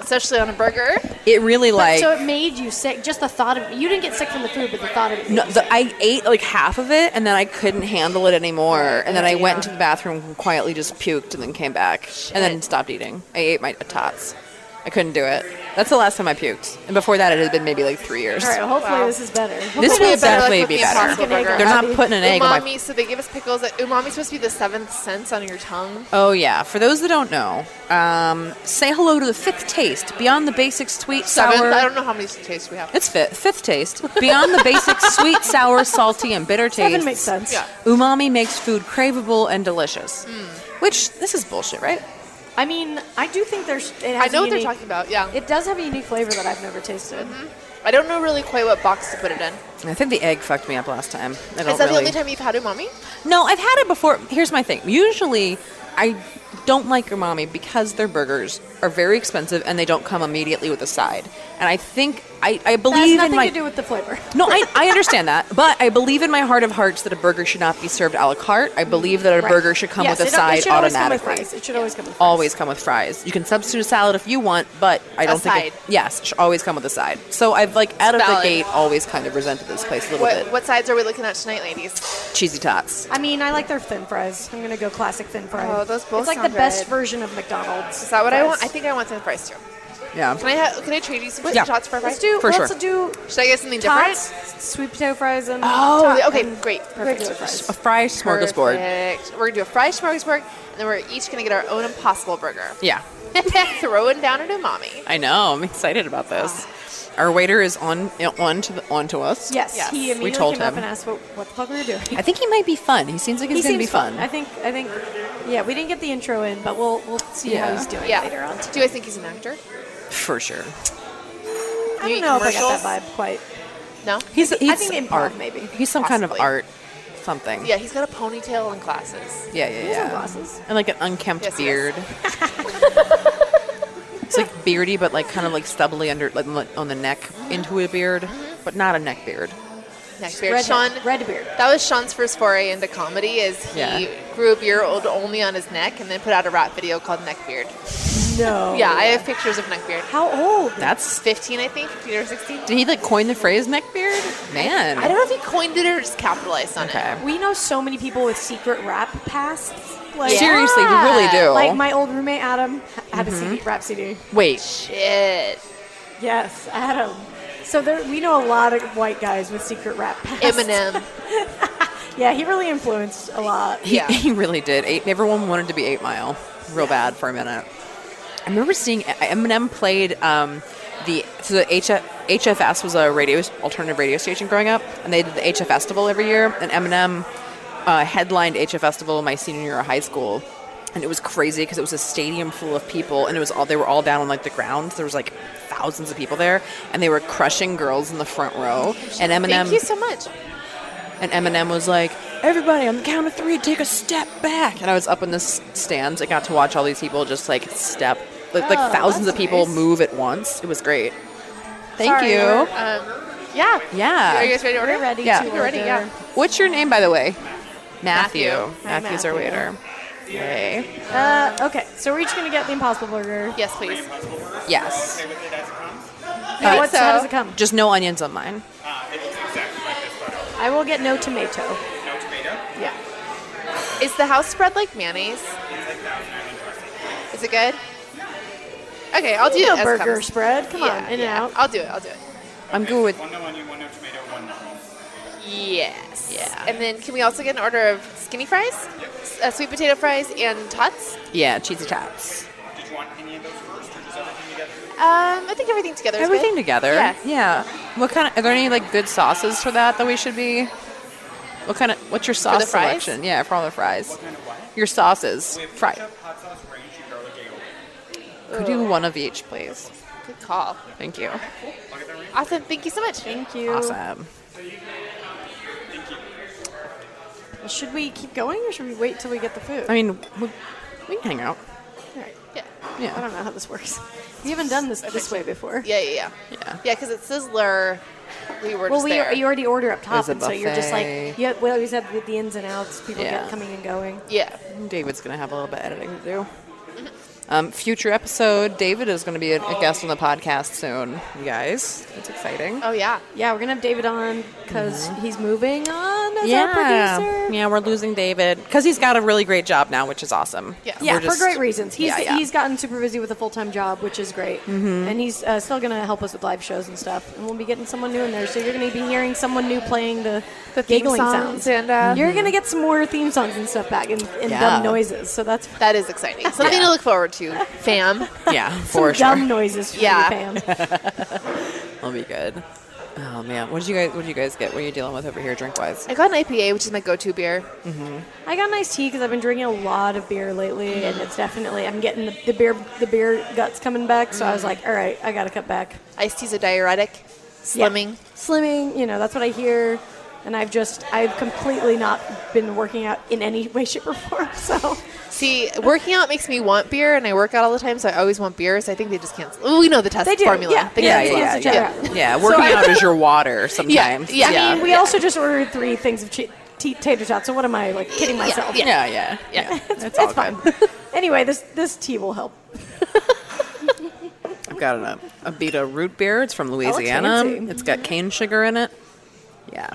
Speaker 2: especially on a burger.
Speaker 3: It really
Speaker 4: But-
Speaker 3: like.
Speaker 4: so it made you sick. Just the thought of you didn't get sick from the food, but the thought of it.
Speaker 3: No,
Speaker 4: made you
Speaker 3: the,
Speaker 4: sick.
Speaker 3: I ate like half of it, and then I couldn't handle it anymore. And then I went
Speaker 4: Yeah.
Speaker 3: into the bathroom and quietly, just puked, and then came back, and then stopped eating. I ate my tots. I couldn't do it. That's the last time I puked, and before that, it had been maybe like three years.
Speaker 4: All right. well, Hopefully
Speaker 2: Wow.
Speaker 4: this is better.
Speaker 3: This
Speaker 2: Hopefully
Speaker 3: will
Speaker 2: it better, like,
Speaker 3: definitely
Speaker 2: with
Speaker 3: be
Speaker 2: the
Speaker 3: better.
Speaker 2: Impossible Burger.
Speaker 3: They're not putting an egg on my.
Speaker 2: umami. So they give us pickles. Umami's supposed to be the seventh sense on your tongue.
Speaker 3: Oh yeah. For those that don't know, um, say hello to the fifth taste beyond the basics sweet
Speaker 2: Seventh.
Speaker 3: sour.
Speaker 2: I don't know how many tastes we have.
Speaker 3: It's fifth, fifth taste. Beyond the basic sweet, sour, salty, and bitter taste.
Speaker 4: Seven makes sense.
Speaker 2: Yeah.
Speaker 3: Umami makes food craveable and delicious.
Speaker 4: Hmm.
Speaker 3: Which this is bullshit, right?
Speaker 4: I mean, I do think there's. It
Speaker 2: I
Speaker 4: has
Speaker 2: know
Speaker 4: a
Speaker 2: what they're
Speaker 4: unique-
Speaker 2: talking about. Mm-hmm. Yeah.
Speaker 4: It does have a unique flavor that I've never tasted.
Speaker 2: I don't know really quite what box to put it in.
Speaker 3: I think the egg fucked me up last time. I don't
Speaker 2: Is that
Speaker 3: really.
Speaker 2: the only time you've had umami?
Speaker 3: No, I've had it before. Here's my thing. Usually, I don't like umami because their burgers are very expensive and they don't come immediately with a side. And I think I, I
Speaker 4: That has
Speaker 3: believe in
Speaker 4: nothing
Speaker 3: my
Speaker 4: to do with the flavor.
Speaker 3: No, I, I understand that, but I believe in my heart of hearts that a burger should not be served a la carte. I believe that a
Speaker 4: Right.
Speaker 3: burger should come
Speaker 4: Yes,
Speaker 3: with a
Speaker 4: it-
Speaker 3: side
Speaker 4: it should always come with
Speaker 3: automatically.
Speaker 4: fries. It should always come with fries.
Speaker 3: Always come with fries. You can substitute a salad if you want, but I don't think.
Speaker 2: side.
Speaker 3: It, yes, it should always come with a side. So I've like out of the
Speaker 2: Valid.
Speaker 3: gate always kind of resented this place a little
Speaker 2: What
Speaker 3: bit.
Speaker 2: What sides are we looking at tonight, ladies?
Speaker 3: Cheesy tots.
Speaker 4: I mean, I like their thin fries. I'm gonna go classic thin fries.
Speaker 2: Oh, those both
Speaker 4: It's like
Speaker 2: sound
Speaker 4: the best
Speaker 2: good.
Speaker 4: version of McDonald's.
Speaker 2: Is that what I
Speaker 4: fries.
Speaker 2: want? I think I want some fries too.
Speaker 3: Yeah.
Speaker 2: Can I ha- Can I trade you some
Speaker 3: Yeah.
Speaker 2: tots for fries?
Speaker 4: Let's do.
Speaker 3: For
Speaker 4: let's
Speaker 3: sure.
Speaker 4: do
Speaker 2: Should I get something
Speaker 4: tots,
Speaker 2: different?
Speaker 4: sweet potato fries, and
Speaker 2: Oh,
Speaker 4: tot-
Speaker 2: okay,
Speaker 4: and
Speaker 2: great, perfect.
Speaker 4: regular fries.
Speaker 3: a fry smorgasbord.
Speaker 2: Perfect. We're gonna do a fry smorgasbord, and then we're each gonna get our own impossible burger.
Speaker 3: Yeah,
Speaker 2: Throwing down an umami.
Speaker 3: I know. I'm excited about this. Our waiter is on on to the, on to us.
Speaker 4: Ah. Yes,
Speaker 2: Yes.
Speaker 4: he
Speaker 2: We
Speaker 4: immediately
Speaker 3: told
Speaker 4: came up
Speaker 3: him.
Speaker 4: and asked what, what the fuck we were doing.
Speaker 3: I think he might be fun. He seems like he's
Speaker 4: He
Speaker 3: gonna
Speaker 4: seems
Speaker 3: be fun.
Speaker 4: I think. I think. Yeah, we didn't get the intro in, but we'll we'll see how
Speaker 3: Yeah.
Speaker 4: he's doing
Speaker 2: Yeah.
Speaker 4: later on.
Speaker 2: Do you guys think he's an actor?
Speaker 3: For sure.
Speaker 4: I
Speaker 2: You
Speaker 4: don't
Speaker 2: eat
Speaker 4: know if I got
Speaker 2: commercials?
Speaker 4: that vibe quite.
Speaker 2: No.
Speaker 3: He's, he's
Speaker 4: I think improv
Speaker 3: art.
Speaker 4: maybe.
Speaker 3: He's some kind of
Speaker 2: Possibly.
Speaker 3: art, something.
Speaker 2: Yeah, he's got a ponytail and glasses.
Speaker 3: Yeah, yeah,
Speaker 4: has
Speaker 3: yeah.
Speaker 4: sunglasses.
Speaker 3: And like an unkempt
Speaker 2: Yes, he
Speaker 3: beard. it's like beardy, but like kind of like stubbly under, like on the- on the neck into a beard, but not a neck beard.
Speaker 2: Next beard.
Speaker 4: Red
Speaker 2: Sean.
Speaker 4: Red beard.
Speaker 2: That was Sean's first foray into comedy. Is he
Speaker 3: Yeah.
Speaker 2: grew a beard old only on his neck, and then put out a rap video called Neckbeard.
Speaker 4: No.
Speaker 2: yeah, I have pictures of Neckbeard.
Speaker 4: How old?
Speaker 3: That's.
Speaker 2: 15, I think, 15 or 16.
Speaker 3: Did he like coin the phrase neck beard? Man.
Speaker 2: I don't know if he coined it or just capitalized on
Speaker 3: Okay.
Speaker 4: We know so many people with secret rap pasts. Like,
Speaker 3: Seriously, we really
Speaker 2: Yeah.
Speaker 3: do.
Speaker 4: Like my old roommate Adam h- had a CD, rap CD.
Speaker 3: Wait.
Speaker 2: it. Shit.
Speaker 4: Yes, Adam. So there, we know a lot of white guys with secret rap pasts.
Speaker 2: Eminem.
Speaker 4: Yeah, he really influenced a lot.
Speaker 3: He,
Speaker 2: Yeah.
Speaker 3: he really did. Eight, everyone wanted to be Eight Mile real bad for a minute. I remember seeing E, Eminem played um, the so the HF, HFS was a radio alternative radio station growing up, and they did the HF Festival every year, and Eminem uh, headlined HF Festival my senior year of high school. And it was crazy because it was a stadium full of people, and it was all they were all down on like the grounds. There was like thousands of people there, and they were crushing girls in the front row. And Eminem,
Speaker 2: Thank you so much.
Speaker 3: and Eminem was like, "Everybody, on the count of three, take a step back." And I was up in this stands. I got to watch all these people just like step, like,
Speaker 4: Oh,
Speaker 3: like thousands of people move at once. It was great. Thank
Speaker 4: Sorry,
Speaker 3: you.
Speaker 4: we're-
Speaker 2: Um, yeah.
Speaker 3: Yeah.
Speaker 2: Are you guys ready to order?
Speaker 4: We're ready
Speaker 3: Yeah.
Speaker 4: to
Speaker 3: We're
Speaker 2: ready,
Speaker 4: order.
Speaker 2: yeah.
Speaker 3: What's your name, by the way? Matthew.
Speaker 2: Matthew.
Speaker 4: Hi,
Speaker 3: Matthew's our
Speaker 4: Matthew.
Speaker 3: waiter. Hey.
Speaker 4: Uh, okay, so we're each gonna get the Impossible Burger.
Speaker 2: Yes, please.
Speaker 3: Yes.
Speaker 4: Now,
Speaker 3: Uh,
Speaker 4: what's, how does it come?
Speaker 3: Just no onions on mine.
Speaker 4: I will get no tomato.
Speaker 2: Yeah. Is the house spread like mayonnaise? Is it good? Okay, I'll do
Speaker 4: No
Speaker 2: it as
Speaker 4: burger
Speaker 2: comes.
Speaker 4: spread. Come
Speaker 2: yeah,
Speaker 4: on, in
Speaker 2: yeah.
Speaker 4: and out.
Speaker 2: I'll do it. I'll do it.
Speaker 3: I'm good with.
Speaker 5: One no onion, one no tomato, one no onion.
Speaker 2: Yes.
Speaker 3: Yeah.
Speaker 2: And then can we also get an order of skinny fries, S- uh, sweet potato fries, and tots?
Speaker 3: Yeah, cheesy tots.
Speaker 5: Did you want any of those first, or just everything together?
Speaker 2: Um, I think everything together. Is
Speaker 3: Everything
Speaker 2: good.
Speaker 3: together.
Speaker 2: Yeah.
Speaker 3: What kind of? Are there any like good sauces for that that we should be? What kind of? What's your sauce
Speaker 2: fries?
Speaker 3: selection? Yeah, for all the fries.
Speaker 5: Kind of what?
Speaker 3: Your sauces.
Speaker 5: We have
Speaker 3: Fried.
Speaker 5: ketchup, hot sauce, ranch, and garlic aioli.
Speaker 3: Could you one of each, please?
Speaker 2: Good call.
Speaker 3: Thank you.
Speaker 5: Look at that ranch.
Speaker 2: Awesome. Thank you so much.
Speaker 4: Thank you.
Speaker 3: Awesome.
Speaker 4: Should we keep going or should we wait till we get the food?
Speaker 3: I mean, we, we can hang out.
Speaker 4: All right.
Speaker 2: Yeah.
Speaker 4: I
Speaker 3: Yeah.
Speaker 4: don't know how this works. We haven't done this this way before.
Speaker 2: Yeah, yeah, yeah.
Speaker 3: Yeah.
Speaker 2: Yeah, because it's Sizzler. We were
Speaker 4: Well,
Speaker 2: just
Speaker 4: we
Speaker 2: there.
Speaker 4: you already order up top,
Speaker 3: a
Speaker 4: and so you're just like
Speaker 3: buffet.
Speaker 4: you. We always have the, the ins and outs. People
Speaker 3: Yeah.
Speaker 4: get coming and going.
Speaker 2: yeah.
Speaker 3: David's going to have a little bit of editing to do. Um, future episode, David is going to be a, a guest on the podcast soon, you guys. It's exciting.
Speaker 2: Oh yeah.
Speaker 4: Yeah, we're gonna have David on because he's moving on as our
Speaker 3: Mm-hmm. yeah.
Speaker 4: producer.
Speaker 3: Yeah, we're losing David because he's got a really great job now, which is awesome.
Speaker 2: Yeah.
Speaker 4: Yeah,
Speaker 3: We're
Speaker 4: for
Speaker 3: just-
Speaker 4: great reasons. He's
Speaker 3: Yeah, yeah. Mm-hmm.
Speaker 4: he's gotten super busy with a full time job, which is great, and he's uh, still gonna help us with live shows and stuff. And we'll be getting someone new in there, so you're gonna be hearing someone new playing the, the
Speaker 2: theme
Speaker 4: giggling
Speaker 2: songs
Speaker 4: sounds.
Speaker 2: and, uh,
Speaker 4: you're gonna get some more theme songs and stuff back and, and
Speaker 3: Mm-hmm. Yeah.
Speaker 4: dumb noises. So that's
Speaker 2: That is exciting. Something to look forward to, fam.
Speaker 3: Yeah, for sure.
Speaker 4: some dumb noises for
Speaker 2: Yeah.
Speaker 4: you, fam.
Speaker 3: That'll be good. Oh man, what did you guys? What did you guys get? What are you dealing with over here, drink wise?
Speaker 2: I got an IPA, which is my go-to beer.
Speaker 4: I got an iced tea because I've been drinking a lot of beer lately, and it's definitely I'm getting the, the beer the beer guts coming back. So I was like, all right, I gotta cut back.
Speaker 2: Iced tea's a diuretic.
Speaker 4: Yeah.
Speaker 2: Slimming.
Speaker 4: slimming. You know, that's what I hear. And I've just I've completely not been working out in any way, shape, or form. So
Speaker 2: See, working out makes me want beer, and I work out all the time, so I always want beer. So I think they just cancel. Well, we know the test
Speaker 4: They do,
Speaker 2: formula.
Speaker 4: yeah.
Speaker 2: They
Speaker 4: Yeah,
Speaker 2: cancel
Speaker 4: yeah,
Speaker 2: each
Speaker 4: yeah.
Speaker 2: other out.
Speaker 4: Yeah.
Speaker 3: Yeah, working out is your water sometimes.
Speaker 2: yeah,
Speaker 4: I
Speaker 3: yeah,
Speaker 4: mean, we also just ordered three things of che- t- tater tots. So what am I like kidding myself?
Speaker 2: yeah.
Speaker 3: yeah, yeah, yeah.
Speaker 4: It's, it's fine. anyway, this this tea will help.
Speaker 3: I've got an, a Abita root beer. It's from Louisiana.
Speaker 4: fancy.
Speaker 3: it's got cane sugar in it. Yeah,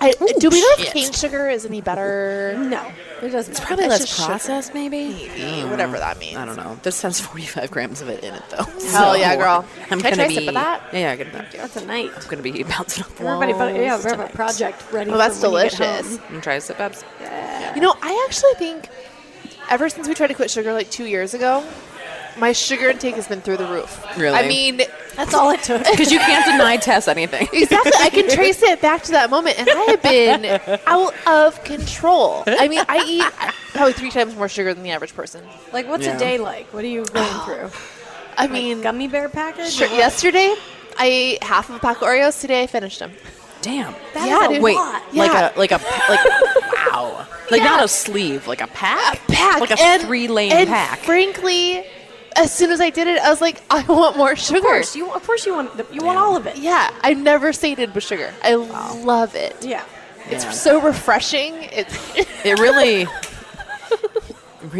Speaker 2: I, do we know if
Speaker 3: shit.
Speaker 2: cane sugar is any better?
Speaker 4: No, it doesn't. It's
Speaker 3: probably
Speaker 2: That's
Speaker 3: less
Speaker 2: just sugar.
Speaker 3: processed, maybe.
Speaker 2: Maybe, whatever that means.
Speaker 3: I don't know. This has 45 grams of it in it, though. Hell
Speaker 2: yeah, girl. Can
Speaker 3: I'm
Speaker 2: I
Speaker 3: gonna
Speaker 2: try a
Speaker 3: be
Speaker 2: sip of that?
Speaker 3: Yeah, yeah, good enough.
Speaker 4: That's a night.
Speaker 3: I'm gonna be bouncing off the
Speaker 4: Everybody,
Speaker 3: walls.
Speaker 4: but yeah, we have a
Speaker 3: tonight.
Speaker 4: project ready.
Speaker 2: Well, that's
Speaker 4: for when you get
Speaker 2: delicious.
Speaker 4: home.
Speaker 3: And try sip ups.
Speaker 2: You know, I actually think ever since we tried to quit sugar like two years ago, my sugar intake has been through the roof.
Speaker 3: Really?
Speaker 2: I mean,
Speaker 4: That's all it took.
Speaker 3: Because you can't deny Tess anything.
Speaker 2: exactly. I can trace it back to that moment, and I have been out of control. I mean, I eat probably three times more sugar than the average person.
Speaker 4: Like, what's
Speaker 3: Yeah.
Speaker 4: a day like? What are you going through?
Speaker 2: Oh, I
Speaker 4: I mean,
Speaker 2: mean,
Speaker 4: gummy bear package.
Speaker 2: sure,
Speaker 4: or what?
Speaker 2: yesterday I ate half of a pack of Oreos. Today I finished them.
Speaker 3: Damn.
Speaker 4: That
Speaker 2: Yeah,
Speaker 4: is a
Speaker 2: dude.
Speaker 3: Wait,
Speaker 4: lot.
Speaker 2: Yeah.
Speaker 3: like a like a like wow, like not a sleeve, like a pack,
Speaker 2: pack,
Speaker 3: like a
Speaker 2: and-
Speaker 3: three-lane
Speaker 2: and
Speaker 3: pack.
Speaker 2: Frankly, as soon as I did it, I was like, I want more sugar.
Speaker 4: Of course, you of course you want the, you want all of it.
Speaker 2: Yeah, I'm never sated with sugar. I love it.
Speaker 4: Yeah.
Speaker 2: It's
Speaker 3: Yeah.
Speaker 2: so refreshing. It's
Speaker 3: it really,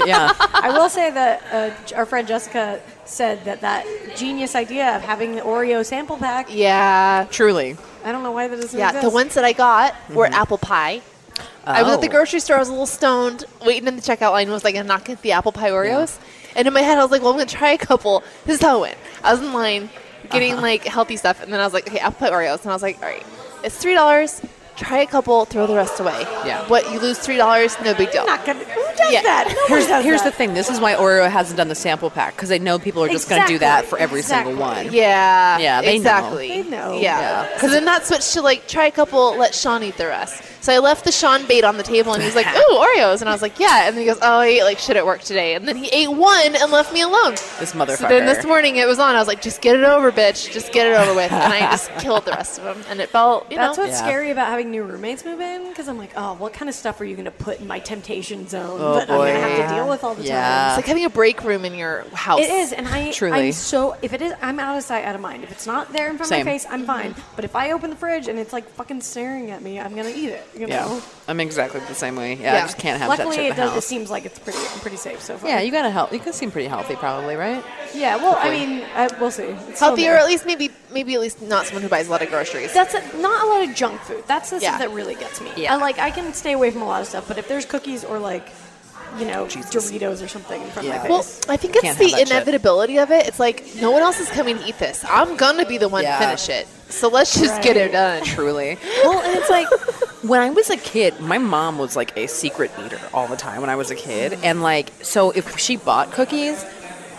Speaker 3: yeah,
Speaker 4: I will say that uh, our friend Jessica said that that genius idea of having the Oreo sample pack.
Speaker 2: yeah,
Speaker 3: truly.
Speaker 4: I don't know why that doesn't
Speaker 2: yeah.
Speaker 4: exist.
Speaker 2: The ones that I got were apple pie. I was at the
Speaker 3: Oh.
Speaker 2: grocery store. I was a little stoned, waiting in the checkout line. Was like, I'm not gonna get the apple pie Oreos. And in my head, I was like, Well, I'm gonna try a couple. This is how it went. I was in line getting like healthy stuff, and then I was like, Okay, apple pie Oreos. And I was like, All right, it's three dollars. Try a couple, throw the rest away.
Speaker 3: Yeah.
Speaker 2: What you lose three dollars, no big deal.
Speaker 4: I'm not gonna, who does
Speaker 2: Yeah.
Speaker 4: that? No
Speaker 3: Here's,
Speaker 4: one does
Speaker 3: here's the
Speaker 4: that.
Speaker 3: thing. This is why Oreo hasn't done the sample pack because they know people are just going to do that
Speaker 4: Exactly,
Speaker 3: for every single
Speaker 4: exactly.
Speaker 3: one.
Speaker 2: Yeah.
Speaker 3: Yeah, they know.
Speaker 2: exactly.
Speaker 4: They know.
Speaker 2: Yeah.
Speaker 3: Yeah.
Speaker 2: Because then that switched to like try a couple, let Sean eat the rest. So I left the Sean bait on the table, and he's like, "Ooh, Oreos," and I was like, "Yeah." And then he goes, "Oh, I ate like shit at work today," and then he ate one and left me alone.
Speaker 3: This
Speaker 2: So then
Speaker 3: motherfucker.
Speaker 2: this morning it was on. I was like, "Just get it over, bitch. Just get it over with." And I just killed the rest of them, and it felt you
Speaker 4: That's
Speaker 2: know.
Speaker 4: what's
Speaker 3: Yeah.
Speaker 4: scary about having new roommates move in because I'm like, oh, what kind of stuff are you going to put in my temptation zone
Speaker 3: Oh,
Speaker 4: that I'm going to have
Speaker 3: boy.
Speaker 4: to deal with all the
Speaker 3: Yeah.
Speaker 2: it's
Speaker 4: time?
Speaker 2: like having a break room in your house.
Speaker 4: It is, and I
Speaker 3: Truly.
Speaker 4: I'm so if it is, I'm out of sight, out of mind. If it's not there in front of
Speaker 3: Same.
Speaker 4: my face, I'm fine. But if I open the fridge and it's like fucking staring at me, I'm gonna eat it. You know.
Speaker 3: Yeah, I'm exactly the same way. Yeah,
Speaker 2: Yeah.
Speaker 3: I just can't have that
Speaker 4: Luckily,
Speaker 3: shit
Speaker 4: it
Speaker 3: in the
Speaker 4: does. It
Speaker 3: house.
Speaker 4: seems like it's pretty pretty safe so far.
Speaker 3: Yeah, you got to help. You can seem pretty healthy, probably, right?
Speaker 4: yeah. Well, I mean, I, we'll see. It's still
Speaker 2: Healthier,
Speaker 4: new.
Speaker 2: at least maybe, maybe at least not someone who buys a lot of groceries.
Speaker 4: That's a, not a lot of junk food. That's the
Speaker 2: Yeah.
Speaker 4: stuff that really gets me.
Speaker 3: Yeah.
Speaker 4: I, like I can stay away from a lot of stuff, but if there's cookies or like, you know, Doritos or something in front
Speaker 3: Yeah.
Speaker 4: of my
Speaker 3: Well,
Speaker 4: face,
Speaker 2: I think
Speaker 3: You
Speaker 2: it's
Speaker 3: can't have
Speaker 2: the
Speaker 3: that shit.
Speaker 2: inevitability of it. It's like no one else is coming to eat this. I'm gonna be the one
Speaker 3: Yeah.
Speaker 2: to finish it. So let's just get it done.
Speaker 3: Truly. Well, and it's like when I was a kid, my mom was like a secret eater all the time when I was a kid. And like, so if she bought cookies,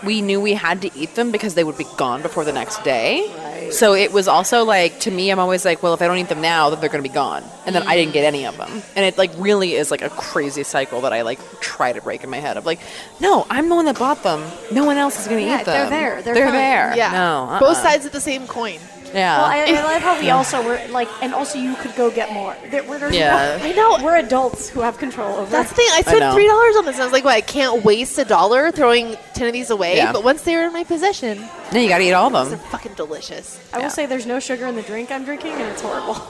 Speaker 3: we knew we had to eat them because they would be gone before the next day. So it was also like to me, I'm always like, well, if I don't eat them now, then they're going to be gone, and then I didn't get any of them, and it like really is like a crazy cycle that I like try to break in my head of like, no, I'm the one that bought them. No one else is going to
Speaker 4: Yeah,
Speaker 3: eat
Speaker 4: they're
Speaker 3: them.
Speaker 4: there. They're
Speaker 3: they're
Speaker 4: fine.
Speaker 3: there.
Speaker 2: Yeah.
Speaker 3: No. uh-uh.
Speaker 2: Both sides of the same coin.
Speaker 3: Yeah.
Speaker 4: Well, I, I love how we also were like, and also you could go get more. There, we're, there's
Speaker 3: Yeah.
Speaker 4: no-
Speaker 2: I know.
Speaker 4: We're adults who have control over.
Speaker 2: That's the thing. I spent
Speaker 3: know.
Speaker 2: three dollars on this, and I was like, "Well, I can't waste a dollar throwing ten of these away."
Speaker 3: Yeah.
Speaker 2: But once they were in my possession,
Speaker 3: no, you got to eat all of
Speaker 2: they're
Speaker 3: them.
Speaker 2: fucking delicious.
Speaker 4: I will
Speaker 3: Yeah.
Speaker 4: say there's no sugar in the drink I'm drinking, and it's horrible.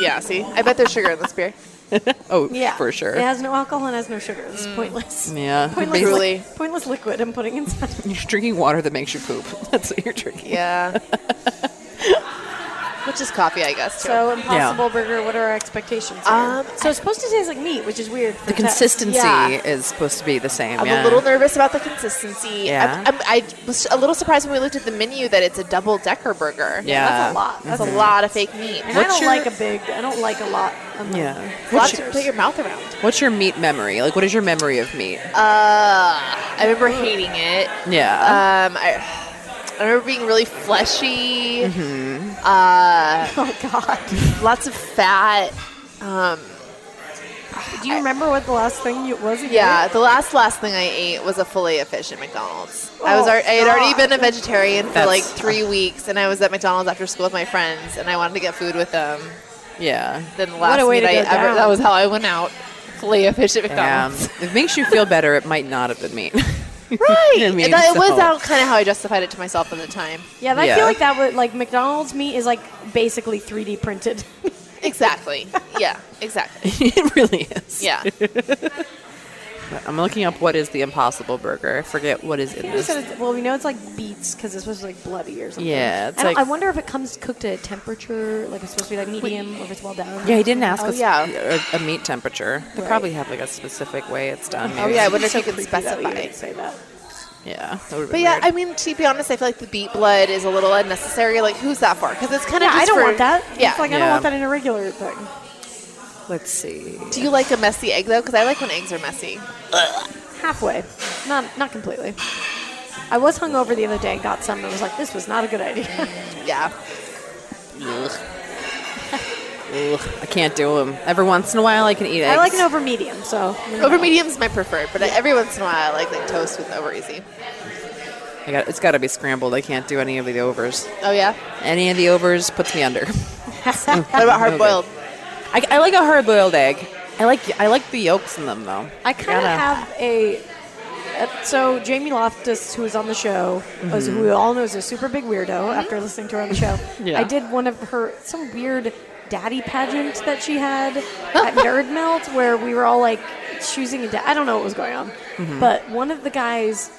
Speaker 2: Yeah. See, I bet there's sugar in this beer.
Speaker 3: Oh,
Speaker 4: Yeah,
Speaker 3: for sure. Mm.
Speaker 4: It has no alcohol and has no sugar. It's pointless.
Speaker 3: Yeah.
Speaker 4: Pointless,
Speaker 3: Basically,
Speaker 2: Truly.
Speaker 4: pointless liquid I'm putting inside.
Speaker 3: You're drinking water that makes you poop. That's what you're drinking.
Speaker 2: Yeah. Which is coffee, I guess. Too.
Speaker 4: So Impossible Burger, what are our expectations? Here?
Speaker 2: Um,
Speaker 4: so it's supposed to taste like meat, which is weird. For
Speaker 3: The consistency
Speaker 2: Yeah.
Speaker 3: is supposed to be the same.
Speaker 2: I'm
Speaker 3: yeah.
Speaker 2: a little nervous about the consistency.
Speaker 3: Yeah.
Speaker 2: I'm, I'm, I was a little surprised when we looked at the menu that it's a double decker burger.
Speaker 3: Yeah. Mm-hmm.
Speaker 4: That's a lot.
Speaker 2: That's
Speaker 4: That's
Speaker 2: a lot of fake meat.
Speaker 4: And I
Speaker 3: What's
Speaker 4: don't
Speaker 3: your-
Speaker 4: like a big. I don't like a lot. Of them.
Speaker 3: Yeah.
Speaker 2: Lots
Speaker 3: What's
Speaker 2: to
Speaker 3: your,
Speaker 2: put your mouth around.
Speaker 3: what's your meat memory? Like, what is your memory of meat?
Speaker 2: Uh, I remember hating it.
Speaker 3: yeah.
Speaker 2: Um, I, I remember being really fleshy.
Speaker 4: Oh God.
Speaker 2: lots of fat. um,
Speaker 4: Do you remember what the last thing you was? you
Speaker 2: Yeah, the last last thing I ate was a fillet of fish at McDonald's. I was
Speaker 4: Oh,
Speaker 2: al- I had already
Speaker 4: God.
Speaker 2: been a vegetarian for
Speaker 3: That's-
Speaker 2: like three weeks, and I was at McDonald's after school with my friends, and I wanted to get food with them.
Speaker 3: yeah.
Speaker 2: Then the last
Speaker 4: a way
Speaker 2: night I
Speaker 4: to go
Speaker 2: ever
Speaker 4: down.
Speaker 2: that was how I went out. Fillet of fish at
Speaker 3: Um,
Speaker 2: McDonald's.
Speaker 3: if it makes you feel better, it might not have been meat.
Speaker 2: Right,
Speaker 3: I mean,
Speaker 2: and that was
Speaker 3: so-
Speaker 2: that kind of how I justified it to myself at the time.
Speaker 4: Yeah, but I
Speaker 3: Yeah.
Speaker 4: feel like that would like McDonald's meat is like basically 3D printed.
Speaker 2: Exactly. Yeah. Exactly.
Speaker 3: it really is.
Speaker 2: Yeah.
Speaker 3: I'm looking up what is the impossible burger. I forget what is in
Speaker 4: We
Speaker 3: this.
Speaker 4: said it's- well, we know it's like beets because it's supposed to be like bloody or something.
Speaker 3: Yeah, it's
Speaker 4: I, don't-
Speaker 3: like-
Speaker 4: I wonder if it comes cooked at a temperature, like it's supposed to be like medium, or if it's well done.
Speaker 3: Yeah, he didn't ask
Speaker 2: Oh,
Speaker 3: us
Speaker 2: yeah.
Speaker 3: a, a meat temperature. They
Speaker 4: Right.
Speaker 3: probably have like a specific way it's done.
Speaker 2: Oh
Speaker 3: maybe.
Speaker 2: yeah. I wonder if
Speaker 4: So
Speaker 2: you could
Speaker 4: creepy that we
Speaker 2: specify.
Speaker 4: would say that.
Speaker 3: Yeah.
Speaker 2: But yeah, I mean, to be honest, I feel like the beet blood is a little unnecessary. Like, who's that for? Because it's kind of.
Speaker 4: Yeah, I don't want that.
Speaker 2: Yeah.
Speaker 4: It's like I
Speaker 3: Yeah.
Speaker 4: don't want that in a regular thing.
Speaker 3: let's see.
Speaker 2: Do you like a messy egg though? Because I like when eggs are messy.
Speaker 4: Halfway, not not completely. I was hungover the other day and got some and was like, this was not a good idea.
Speaker 2: Yeah.
Speaker 3: Ugh. Ugh, I can't do them. Every once in a while, I can eat eggs.
Speaker 4: I like an over medium, so you know.
Speaker 2: Over medium's my preferred, but every once in a while I like like toast with over easy.
Speaker 3: I got, it's got to be scrambled. I can't do any of the overs.
Speaker 2: Oh yeah.
Speaker 3: Any of the overs puts me under.
Speaker 2: What about hard boiled?
Speaker 3: I, I like a hard boiled egg. I like I like the yolks in them though.
Speaker 4: I kind of
Speaker 3: Gotta-
Speaker 4: have a. uh, So Jamie Loftus, who was on the show, was, who we all know is a super big weirdo. After listening to her on the show,
Speaker 3: Yeah.
Speaker 4: I did one of her some weird daddy pageant that she had at Nerd Melt, where we were all like choosing a dad. I don't know what was going on, but one of the guys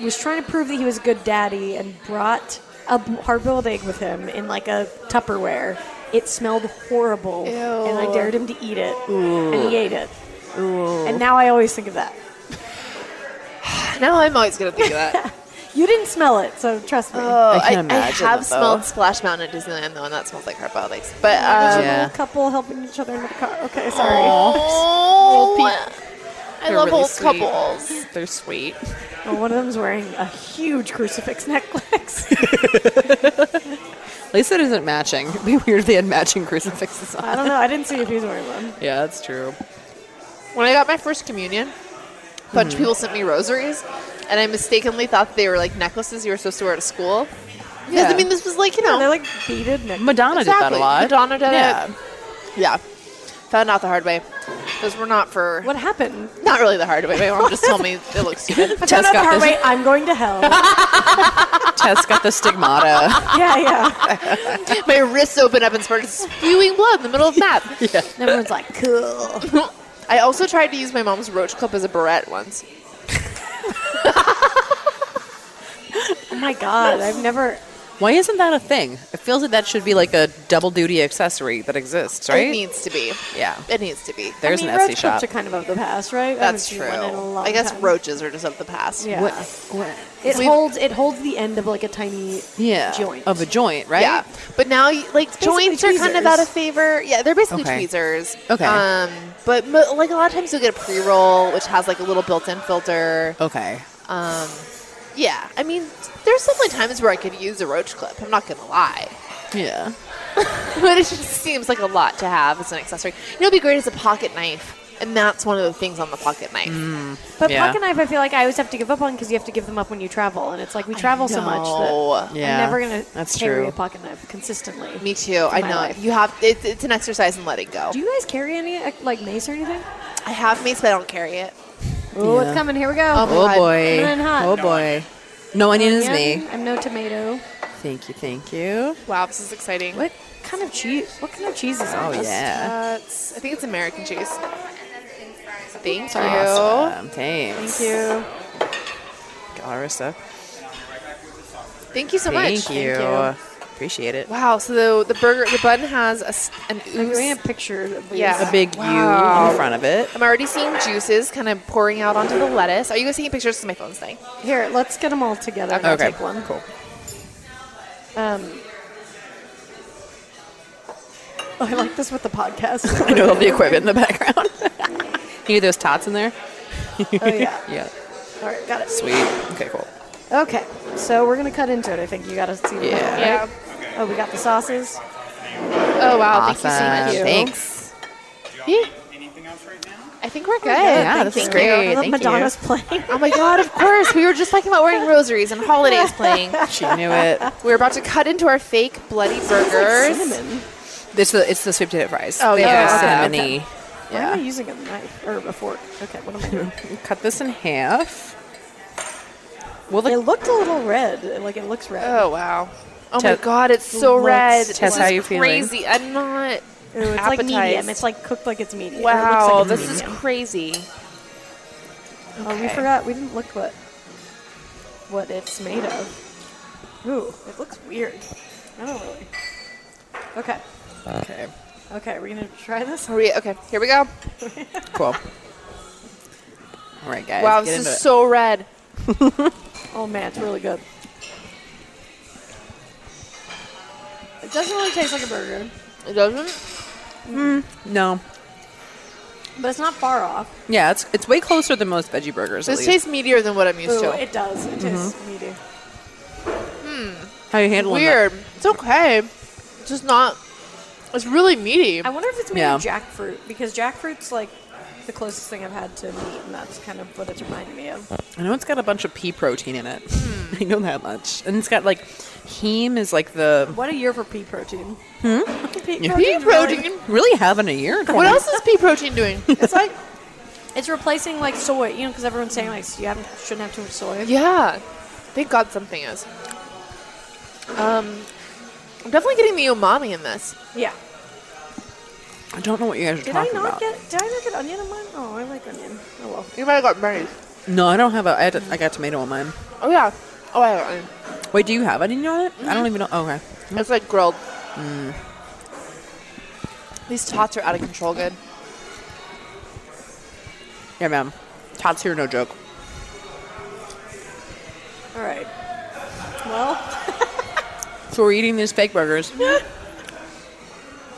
Speaker 4: was trying to prove that he was a good daddy and brought a b- hard-boiled egg with him in like a Tupperware. It smelled horrible, and I dared him to eat it, and he ate it. And now I always think of that.
Speaker 2: Now I'm always gonna think of that.
Speaker 4: You didn't smell it, so trust me.
Speaker 2: Oh,
Speaker 3: I
Speaker 2: I,
Speaker 3: can
Speaker 2: I
Speaker 3: imagine
Speaker 2: have
Speaker 3: it, though.
Speaker 2: smelled Splash Mountain at Disneyland though, and that smells like hard boiled eggs. But um,
Speaker 3: Yeah.
Speaker 4: Little couple helping each other in the car. Okay, sorry.
Speaker 2: oh, I
Speaker 3: They're
Speaker 2: love
Speaker 3: really
Speaker 2: old
Speaker 3: sweet.
Speaker 2: couples.
Speaker 3: They're sweet.
Speaker 4: Oh, one of them's wearing a huge crucifix necklace.
Speaker 3: At least it isn't matching. It'd be weird if they had matching crucifixes on.
Speaker 4: I don't know. I didn't see if he was wearing one.
Speaker 3: Yeah, that's true.
Speaker 2: When I got my first communion, a bunch of
Speaker 3: Hmm.
Speaker 2: people sent me rosaries, and I mistakenly thought they were like necklaces you were supposed to wear to school. Because
Speaker 3: Yeah.
Speaker 2: I mean, this was like you know,
Speaker 4: They're like beaded necklaces.
Speaker 3: Madonna did that
Speaker 2: Exactly.
Speaker 3: a lot.
Speaker 2: Madonna did
Speaker 3: yeah.
Speaker 2: it. yeah, found out the hard way. Those were not for
Speaker 4: What happened?
Speaker 2: not really the hard way. My mom just told me it looks stupid.
Speaker 4: I found
Speaker 3: Tess
Speaker 4: out the
Speaker 3: got
Speaker 4: hard
Speaker 3: this-
Speaker 4: way. I'm going to hell.
Speaker 3: Tess got the stigmata.
Speaker 4: yeah, yeah.
Speaker 2: my wrists opened up and started spewing blood in the middle of math.
Speaker 4: And everyone's like, cool.
Speaker 2: I also tried to use my mom's roach clip as a barrette once.
Speaker 4: Oh my god, I've never.
Speaker 3: Why isn't that a thing? It feels like that should be like a double duty accessory that exists, right?
Speaker 2: It needs to be.
Speaker 3: yeah.
Speaker 2: It needs to be.
Speaker 3: There's
Speaker 4: I mean,
Speaker 3: an
Speaker 4: roach
Speaker 3: Etsy shop.
Speaker 4: clips are kind of of the past, right? I haven't
Speaker 2: That's
Speaker 4: seen
Speaker 2: true.
Speaker 4: one in a long
Speaker 2: I guess
Speaker 4: time.
Speaker 2: roaches are just of the past.
Speaker 4: Yeah.
Speaker 3: what?
Speaker 4: It
Speaker 2: We've-
Speaker 4: holds. It holds the end of like a tiny
Speaker 3: Yeah.
Speaker 4: joint
Speaker 3: Of a joint, right?
Speaker 2: Yeah, but now you- like
Speaker 4: basically
Speaker 2: joints are kind of
Speaker 4: tweezers.
Speaker 2: out of favor. Yeah, they're basically
Speaker 3: Okay.
Speaker 2: tweezers.
Speaker 3: Okay.
Speaker 2: Um, but mo- like a lot of times you'll get a pre-roll which has like a little built-in filter.
Speaker 3: Okay.
Speaker 2: Um, Yeah, I mean, there's definitely times where I could use a roach clip. I'm not gonna lie,
Speaker 3: Yeah.
Speaker 2: but it just seems like a lot to have as an accessory. You know, it'd be great as a pocket knife, and that's one of the things on the pocket knife.
Speaker 4: But
Speaker 3: Yeah.
Speaker 4: pocket knife, I feel like I always have to give up on because you have to give them up when you travel, and it's like we travel so much
Speaker 2: know.
Speaker 4: that
Speaker 3: Yeah.
Speaker 4: I'm never gonna
Speaker 3: That's
Speaker 4: carry
Speaker 3: true.
Speaker 4: a pocket knife consistently.
Speaker 2: Me too. I
Speaker 4: my
Speaker 2: know
Speaker 4: life.
Speaker 2: you have. It's, it's an exercise in letting go.
Speaker 4: Do you guys carry any like, like mace or anything?
Speaker 2: I have mace, but I don't carry it.
Speaker 4: Oh,
Speaker 3: Yeah.
Speaker 4: it's coming. Here we go.
Speaker 2: Oh,
Speaker 3: Oh
Speaker 2: Hot.
Speaker 3: boy.
Speaker 4: And then hot.
Speaker 3: Oh boy. No onion is me.
Speaker 4: I'm no tomato.
Speaker 3: Thank you. Thank you.
Speaker 2: Wow, this is exciting.
Speaker 4: What kind of cheese? What kind of cheese is on
Speaker 3: Oh
Speaker 4: this?
Speaker 3: yeah.
Speaker 2: Uh, it's, I think it's American cheese. Thank you.
Speaker 3: Awesome. Thanks.
Speaker 4: Thank you.
Speaker 3: Clarissa.
Speaker 2: Thank you so
Speaker 3: Thank,
Speaker 2: much.
Speaker 3: you.
Speaker 4: Thank
Speaker 3: Appreciate it.
Speaker 2: Wow. So the, the burger, the bun has a s an
Speaker 4: I'm
Speaker 2: ooze.
Speaker 4: doing a picture of these.
Speaker 2: Yeah.
Speaker 3: A big U
Speaker 2: Wow.
Speaker 3: in front of it.
Speaker 2: I'm already seeing juices kind of pouring out onto the lettuce. Are you guys taking pictures? Because my phone's dying.
Speaker 4: Here, let's get them all together. and I'll
Speaker 3: Okay.
Speaker 4: take one.
Speaker 3: Cool.
Speaker 4: Um, oh, I like this with the podcast.
Speaker 3: I know there'll be equipment in the background. you need those tots in there?
Speaker 4: oh yeah.
Speaker 3: Yeah.
Speaker 4: All right, got it.
Speaker 3: Sweet. Okay, cool.
Speaker 4: Okay, so we're gonna cut into it. I think you got to see. the
Speaker 3: Yeah.
Speaker 4: middle, right?
Speaker 2: Yeah.
Speaker 4: Oh, we got the sauces.
Speaker 2: Oh wow. Thank you so
Speaker 3: Awesome.
Speaker 2: much.
Speaker 3: Thanks.
Speaker 2: Yeah,
Speaker 6: Anything else right now?
Speaker 2: I think we're good.
Speaker 3: Yeah,
Speaker 2: Thank
Speaker 3: this is
Speaker 2: you.
Speaker 3: great.
Speaker 4: I love
Speaker 3: Thank
Speaker 4: Madonna's playing.
Speaker 2: Oh my God! Of course, we were just talking about wearing rosaries and holidays playing.
Speaker 3: you. She knew it.
Speaker 2: We're about to cut into our fake bloody burgers.
Speaker 4: Cinnamon.
Speaker 3: It's the it's the sweet potato fries.
Speaker 2: Oh,
Speaker 3: They have
Speaker 2: yeah.
Speaker 3: a cinnamony-
Speaker 4: Why am
Speaker 3: Yeah.
Speaker 4: I using a knife or a fork? Okay, what am I doing?
Speaker 3: Cut this in half. Well,
Speaker 4: it
Speaker 3: the
Speaker 4: looked a little red. Like it looks red.
Speaker 2: Oh wow! Oh my
Speaker 3: Te-
Speaker 2: God! It's so
Speaker 4: Looks
Speaker 2: red.
Speaker 4: Tess,
Speaker 2: This
Speaker 3: how
Speaker 2: is
Speaker 3: you feeling?
Speaker 2: Crazy. I'm not.
Speaker 4: Ooh, it's like medium.
Speaker 2: appetized.
Speaker 4: It's like cooked like it's medium. or it looks
Speaker 2: Wow,
Speaker 4: like it's
Speaker 2: this is
Speaker 4: medium.
Speaker 2: crazy.
Speaker 4: Oh, we
Speaker 2: Okay.
Speaker 4: forgot. We didn't look what what it's made of. Ooh, it looks weird. I don't really. Okay.
Speaker 2: Uh.
Speaker 3: okay,
Speaker 4: Okay, we're gonna try this.
Speaker 2: Are we, okay, here we go.
Speaker 3: cool. All right, guys.
Speaker 2: Wow,
Speaker 3: get
Speaker 2: this
Speaker 3: into
Speaker 2: is
Speaker 3: it.
Speaker 2: so red.
Speaker 4: Oh man, it's really good. It doesn't really taste like a burger,
Speaker 2: It doesn't.
Speaker 3: no.
Speaker 4: but it's not far off.
Speaker 3: Yeah, it's it's way closer than most veggie burgers. at
Speaker 2: This
Speaker 3: least.
Speaker 2: tastes meatier than what I'm used
Speaker 4: Ooh,
Speaker 2: to.
Speaker 4: it does. It tastes meaty.
Speaker 3: how you handling that?
Speaker 2: Weird. It's okay. It's just not. It's really meaty.
Speaker 4: I wonder if it's made of
Speaker 3: Yeah.
Speaker 4: jackfruit because jackfruit's like the closest thing I've had to meat, and that's kind of what it's reminding me of.
Speaker 3: I know it's got a bunch of pea protein in it.
Speaker 4: Hmm.
Speaker 3: I know that much, and it's got like heme is like the
Speaker 4: What a year for pea protein. Hmm? Pea
Speaker 3: Yeah.
Speaker 2: Pea
Speaker 4: protein's really-
Speaker 2: protein.
Speaker 3: really having a year.
Speaker 2: What else is pea protein doing?
Speaker 4: It's like it's replacing like soy, you know, because everyone's saying like you haven't, shouldn't have too much soy.
Speaker 2: yeah. Thank God something is. Um, I'm definitely getting the umami in this.
Speaker 4: Yeah.
Speaker 3: I don't know what you guys are
Speaker 4: Did I
Speaker 3: talking
Speaker 4: not
Speaker 3: about.
Speaker 4: get? Did I not get onion on mine? Oh, I like onion. Oh well.
Speaker 2: You might have got berries.
Speaker 3: no, I don't have a. I, had a, I got tomato on mine.
Speaker 2: Oh yeah. Oh, I got onion.
Speaker 3: Wait, do you have onion on it? I
Speaker 4: Mm-hmm.
Speaker 3: don't even know. Oh, okay.
Speaker 2: It's like grilled. mm. These tots are out of control. Good.
Speaker 3: Yeah, ma'am. Tots here, no joke.
Speaker 4: All right. Well,
Speaker 3: So we're eating these fake burgers.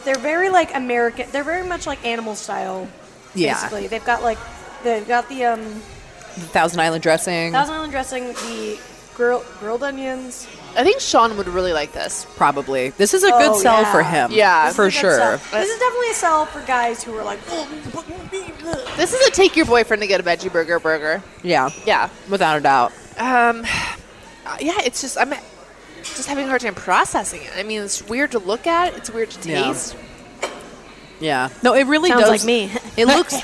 Speaker 4: they're very like American. They're very much like animal style.
Speaker 3: Yeah.
Speaker 4: Basically, they've got like they've got the um
Speaker 3: The Thousand Island dressing.
Speaker 4: Thousand Island dressing, the grill, grilled onions.
Speaker 2: I think Sean would really like this.
Speaker 3: Probably. This is a
Speaker 4: Oh,
Speaker 3: good sell
Speaker 4: yeah.
Speaker 3: for him.
Speaker 2: Yeah.
Speaker 3: Uh, For
Speaker 4: This is a good
Speaker 3: sure.
Speaker 4: sell. This is definitely a sell for guys who are like, oh,
Speaker 2: This is a take your boyfriend to get a veggie burger burger.
Speaker 3: Yeah.
Speaker 2: Yeah.
Speaker 3: Without a doubt.
Speaker 2: Um, uh, yeah, it's just I'm just having a hard time processing it. I mean, it's weird to look at. It's weird to
Speaker 3: Yeah.
Speaker 2: taste.
Speaker 3: Yeah. No, it really
Speaker 4: Sounds
Speaker 3: does.
Speaker 4: like me.
Speaker 3: It looks.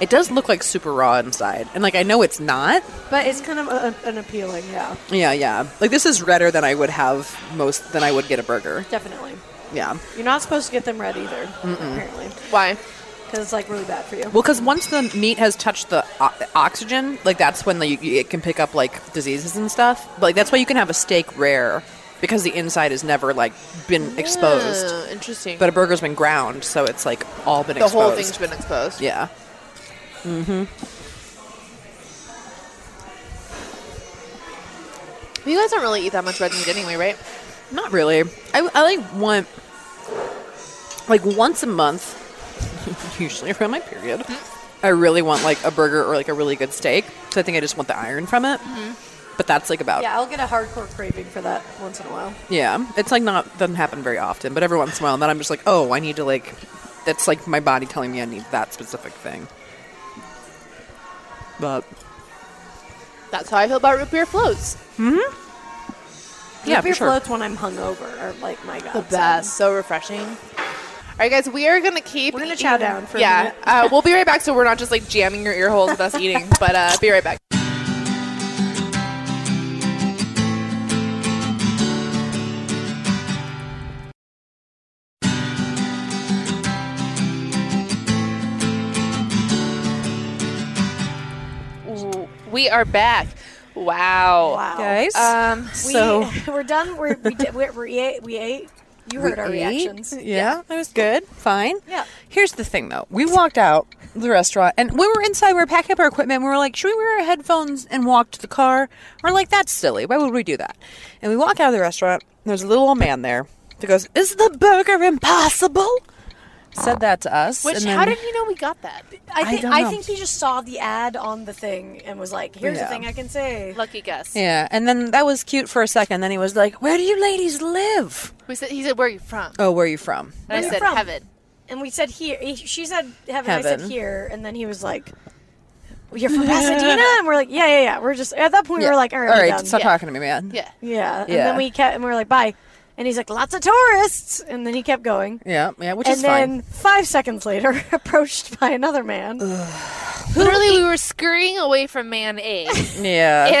Speaker 3: it does look like super raw inside, and like I know it's not.
Speaker 4: but it's kind of a, an appealing, yeah,
Speaker 3: Yeah, yeah. Like this is redder than I would have most than I would get a burger.
Speaker 4: definitely.
Speaker 3: Yeah.
Speaker 4: You're not supposed to get them red either, apparently,
Speaker 2: Why?
Speaker 4: because it's like really bad for you.
Speaker 3: Well, because once the meat has touched the o- oxygen, like that's when like, you, it can pick up like diseases and stuff. But, like that's why you can have a steak rare because the inside has never like been exposed.
Speaker 2: Uh, interesting.
Speaker 3: But a burger's been ground, so it's like all been
Speaker 2: the
Speaker 3: exposed.
Speaker 2: whole thing's been exposed.
Speaker 3: Yeah.
Speaker 2: You guys don't really eat that much red meat anyway, right?
Speaker 3: Not really. I, I like want like once a month, usually around my period. I really want like a burger or like a really good steak. So I think I just want the iron from it. but that's like about
Speaker 7: Yeah, I'll get a hardcore craving for that once in a while.
Speaker 3: Yeah, it's like not doesn't happen very often, but every once in a while, and then I'm just like, oh, I need to like, that's like my body telling me I need that specific thing. But
Speaker 2: That's how I feel about root beer floats.
Speaker 3: yeah,
Speaker 7: root beer
Speaker 3: for sure.
Speaker 7: floats when I'm hungover are like my god.
Speaker 2: The best. So refreshing. All right, guys, we are gonna keep.
Speaker 7: We're gonna
Speaker 2: eating-
Speaker 7: chow down for a
Speaker 2: yeah,
Speaker 7: minute.
Speaker 2: uh, we'll be right back. So we're not just like jamming your ear holes with us eating, but uh, be right back. Ooh, We are back. Wow.
Speaker 4: Wow.
Speaker 3: guys.
Speaker 2: Um,
Speaker 4: We,
Speaker 3: so
Speaker 4: we're done. We're, we, did, we, we ate. We ate. You heard our
Speaker 3: ate.
Speaker 4: reactions.
Speaker 3: Yeah, that was good. Fine.
Speaker 4: Yeah.
Speaker 3: Here's the thing, though. We walked out the restaurant, and when we were inside, we were packing up our equipment. We were like, should we wear our headphones and walk to the car? We're like, that's silly. Why would we do that? And we walk out of the restaurant. and There's a little old man there that goes, "Is the burger impossible?" Said that to us.
Speaker 2: Which,
Speaker 3: and then-
Speaker 2: how did he know we got that?
Speaker 4: I, think
Speaker 3: don't
Speaker 4: I
Speaker 3: know.
Speaker 4: think he just saw the ad on the thing and was like, "Here's
Speaker 3: Yeah.
Speaker 4: the thing I can say."
Speaker 2: Lucky guess.
Speaker 3: Yeah, and then that was cute for a second. Then he was like, "Where do you ladies live?"
Speaker 2: We said, he said, where are you from?
Speaker 3: Oh, where are you from?
Speaker 2: and I
Speaker 4: you
Speaker 2: said,
Speaker 4: from?
Speaker 2: heaven.
Speaker 4: And we said here. He, she said heaven, I
Speaker 3: Heaven.
Speaker 4: said here. And then he was like, "Well, "You're from Pasadena?" And we're like, "Yeah, yeah, yeah." We're just at that point we were like, "All right,
Speaker 3: all
Speaker 4: we're
Speaker 3: right,
Speaker 4: done."
Speaker 3: stop
Speaker 2: Yeah.
Speaker 3: talking to me, man."
Speaker 2: Yeah.
Speaker 4: Yeah. And
Speaker 3: Yeah.
Speaker 4: then we kept, and we were like, "Bye." And he's like, "Lots of tourists." And then he kept going.
Speaker 3: yeah, yeah, which
Speaker 4: and
Speaker 3: is fine.
Speaker 4: then five seconds later, approached by another man.
Speaker 2: Literally, we were scurrying away from man A
Speaker 3: Yeah,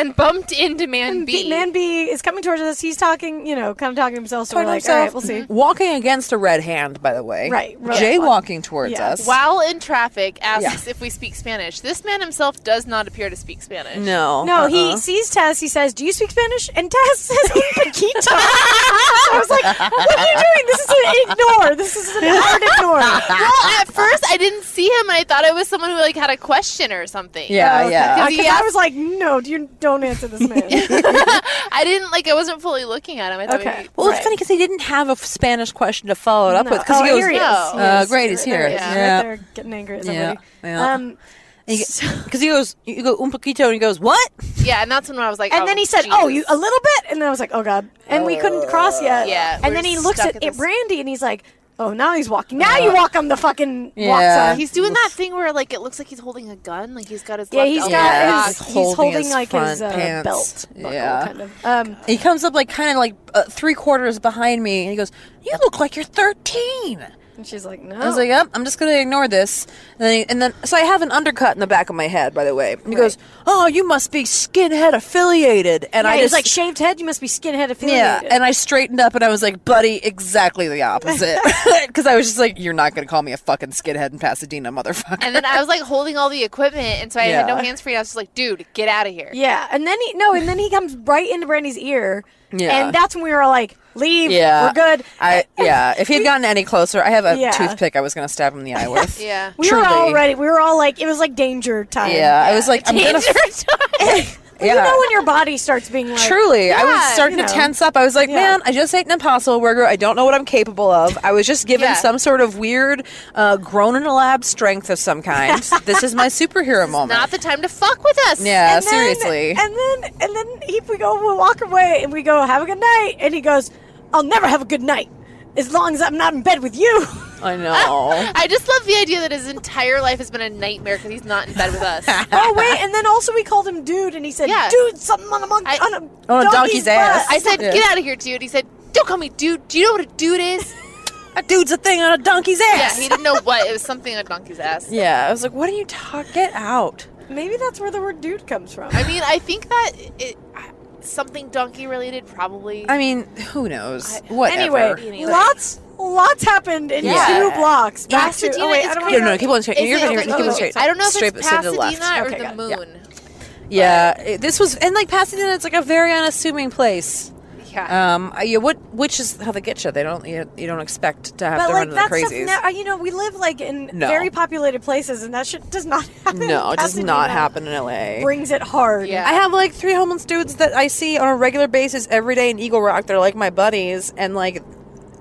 Speaker 2: and bumped into man B.
Speaker 4: B- Man B is coming towards us. He's talking, you know, kind of talking to himself. Mm-hmm. So we're like, all right, we'll see.
Speaker 3: Walking against a red hand, by the way.
Speaker 4: Right, right.
Speaker 3: Jay walking towards
Speaker 4: Yeah.
Speaker 3: us.
Speaker 2: While in traffic, asks
Speaker 3: Yeah.
Speaker 2: if we speak Spanish. This man himself does not appear to speak Spanish.
Speaker 3: No.
Speaker 4: No, he
Speaker 3: uh-uh.
Speaker 4: sees Tess. He says, "Do you speak Spanish?" And Tess says, "Un poquito." so I was like, "What are you doing? This is an ignore. This is an hard ignore."
Speaker 2: Well, at first, I didn't see him. I thought it was someone who like had a question or something.
Speaker 3: Yeah,
Speaker 4: Oh,
Speaker 3: yeah.
Speaker 2: Does he
Speaker 4: Because Uh, I
Speaker 2: ask-
Speaker 4: was like, "No, do you don't answer this man."
Speaker 2: I didn't like. I wasn't fully looking at him. I thought
Speaker 4: Okay.
Speaker 2: maybe-
Speaker 3: Well,
Speaker 4: Right.
Speaker 3: it's funny because he didn't have a f- Spanish question to follow it up
Speaker 4: No.
Speaker 3: with because
Speaker 4: oh,
Speaker 3: he goes,
Speaker 4: here he is.
Speaker 2: "Oh,
Speaker 4: He
Speaker 3: uh,
Speaker 4: is.
Speaker 3: great, he's
Speaker 4: There
Speaker 3: here."
Speaker 4: he is. Right
Speaker 3: Yeah.
Speaker 4: there, getting angry at
Speaker 3: Yeah,
Speaker 4: somebody.
Speaker 3: yeah.
Speaker 4: Um,
Speaker 3: because he goes, you go un poquito, and he goes, what?
Speaker 2: yeah, and that's when I was like.
Speaker 4: and
Speaker 2: oh,
Speaker 4: then he said, "Oh, you
Speaker 2: Jesus."
Speaker 4: a little bit," and then I was like, "Oh God!" And we couldn't cross yet.
Speaker 2: Yeah, we're
Speaker 4: And then he looks
Speaker 2: stuck
Speaker 4: at,
Speaker 2: at
Speaker 4: at
Speaker 2: this-
Speaker 4: Randy, and he's like, "Oh, now he's walking. Now you walk on the fucking walk
Speaker 3: Yeah.
Speaker 4: sign."
Speaker 2: He's doing that thing where like it looks like he's holding a gun. Like he's got his.
Speaker 4: Yeah,
Speaker 2: left
Speaker 4: he's
Speaker 2: elbow
Speaker 4: got
Speaker 2: back.
Speaker 4: his.
Speaker 3: "Oh, He's
Speaker 4: He's
Speaker 3: holding
Speaker 4: holding,
Speaker 3: his
Speaker 4: like his
Speaker 3: front
Speaker 4: uh,
Speaker 3: pants.
Speaker 4: belt buckle,
Speaker 3: Yeah.
Speaker 4: kind of. Um,
Speaker 3: He comes up like kind of like uh, three quarters behind me, and he goes, "You look like you're 13."
Speaker 4: and she's like, "No."
Speaker 3: I was like, "Yep, I'm just gonna ignore this." And then, and then, so I have an undercut in the back of my head, by the way. And he goes, "Oh, you must be skinhead affiliated," and
Speaker 4: yeah,
Speaker 3: I
Speaker 4: he's
Speaker 3: just
Speaker 4: like shaved head. You must be skinhead affiliated.
Speaker 3: yeah, and I straightened up and I was like, "Buddy, exactly the opposite," because I was just like, "You're not gonna call me a fucking skinhead in Pasadena, motherfucker."
Speaker 2: And then I was like holding all the equipment, and so I had no
Speaker 3: Yeah.
Speaker 2: hands free. and I was just like, dude, get out of here.
Speaker 4: yeah, and then he no, and then he comes right into Brandy's ear.
Speaker 3: Yeah.
Speaker 4: and that's when we were like, "Leave.
Speaker 3: yeah,
Speaker 4: we're good."
Speaker 3: I yeah. If he had gotten any closer, I have a
Speaker 4: Yeah.
Speaker 3: toothpick I was gonna stab him in the eye with.
Speaker 2: Yeah.
Speaker 4: we
Speaker 3: truly.
Speaker 4: were all ready. We were all like, it was like danger time.
Speaker 3: Yeah, I was like, I'm gonna.
Speaker 2: Danger time.
Speaker 4: You know
Speaker 3: yeah.
Speaker 4: when your body starts being like,
Speaker 3: Truly, I was
Speaker 2: Yeah,
Speaker 3: starting
Speaker 4: you
Speaker 3: to
Speaker 4: know.
Speaker 3: tense up. I was like,
Speaker 4: Yeah.
Speaker 3: "Man, I just ate an Impossible Burger. I don't know what I'm capable of." I was just given
Speaker 2: Yeah.
Speaker 3: some sort of weird, uh, grown in a lab strength of some kind. this is my superhero moment.
Speaker 2: Not the time to fuck with us.
Speaker 3: yeah,
Speaker 4: And then-
Speaker 3: seriously.
Speaker 4: And then and then he, we go we walk away and we go have a good night and he goes, I'll never have a good night as long as I'm not in bed with you.
Speaker 3: I know.
Speaker 2: I just love the idea that his entire life has been a nightmare because he's not in bed with us.
Speaker 4: oh wait, and then also we called him dude and he said,
Speaker 2: Yeah.
Speaker 4: dude, something on a monkey
Speaker 2: I-
Speaker 4: on a
Speaker 3: On Oh, a donkey's
Speaker 4: donkey's
Speaker 3: ass.
Speaker 4: butt."
Speaker 2: I said,
Speaker 3: Yeah.
Speaker 2: get out of here, dude. He said, don't call me dude. Do you know what a dude is?
Speaker 3: a dude's a thing on a donkey's
Speaker 2: yeah,
Speaker 3: ass.
Speaker 2: he didn't know what. It was something on Donkey's ass.
Speaker 3: Yeah, I was like, "What are you talking? Get out!"
Speaker 4: Maybe that's where the word dude comes from.
Speaker 2: I mean, I think that it, something donkey related probably.
Speaker 3: I mean, who knows? Whatever.
Speaker 4: anyway,
Speaker 2: Anyway.
Speaker 4: lots lots happened in
Speaker 3: Yeah.
Speaker 4: two blocks. Back to,
Speaker 2: Pasadena
Speaker 4: oh wait,
Speaker 2: is
Speaker 4: I don't
Speaker 3: No,
Speaker 4: wanna
Speaker 3: no, no,
Speaker 4: go-
Speaker 3: keep on straight.
Speaker 2: Is
Speaker 3: You're
Speaker 2: it-
Speaker 3: gonna
Speaker 2: okay,
Speaker 3: keep on
Speaker 2: okay.
Speaker 3: straight.
Speaker 2: I don't know if
Speaker 3: straight,
Speaker 2: it's
Speaker 3: but straight to the left.
Speaker 2: Pasadena or
Speaker 4: Okay,
Speaker 2: the
Speaker 4: got
Speaker 2: moon.
Speaker 3: Yeah, it- this was and like Pasadena. It's like a very unassuming place.
Speaker 2: Yeah.
Speaker 3: Um, I- yeah, what which is how they get you. They don't you, you don't expect to have
Speaker 4: But
Speaker 3: to
Speaker 4: like
Speaker 3: run
Speaker 4: that
Speaker 3: into the
Speaker 4: stuff,
Speaker 3: crazies.
Speaker 4: ne- you know, we live like in
Speaker 3: No.
Speaker 4: very populated places, and that shit does not happen. in
Speaker 3: no, it does not
Speaker 4: Pasadena.
Speaker 3: happen in LA.
Speaker 4: Brings it hard.
Speaker 2: Yeah.
Speaker 3: I have like three homeless dudes that I see on a regular basis every day in Eagle Rock. They're like my buddies, and like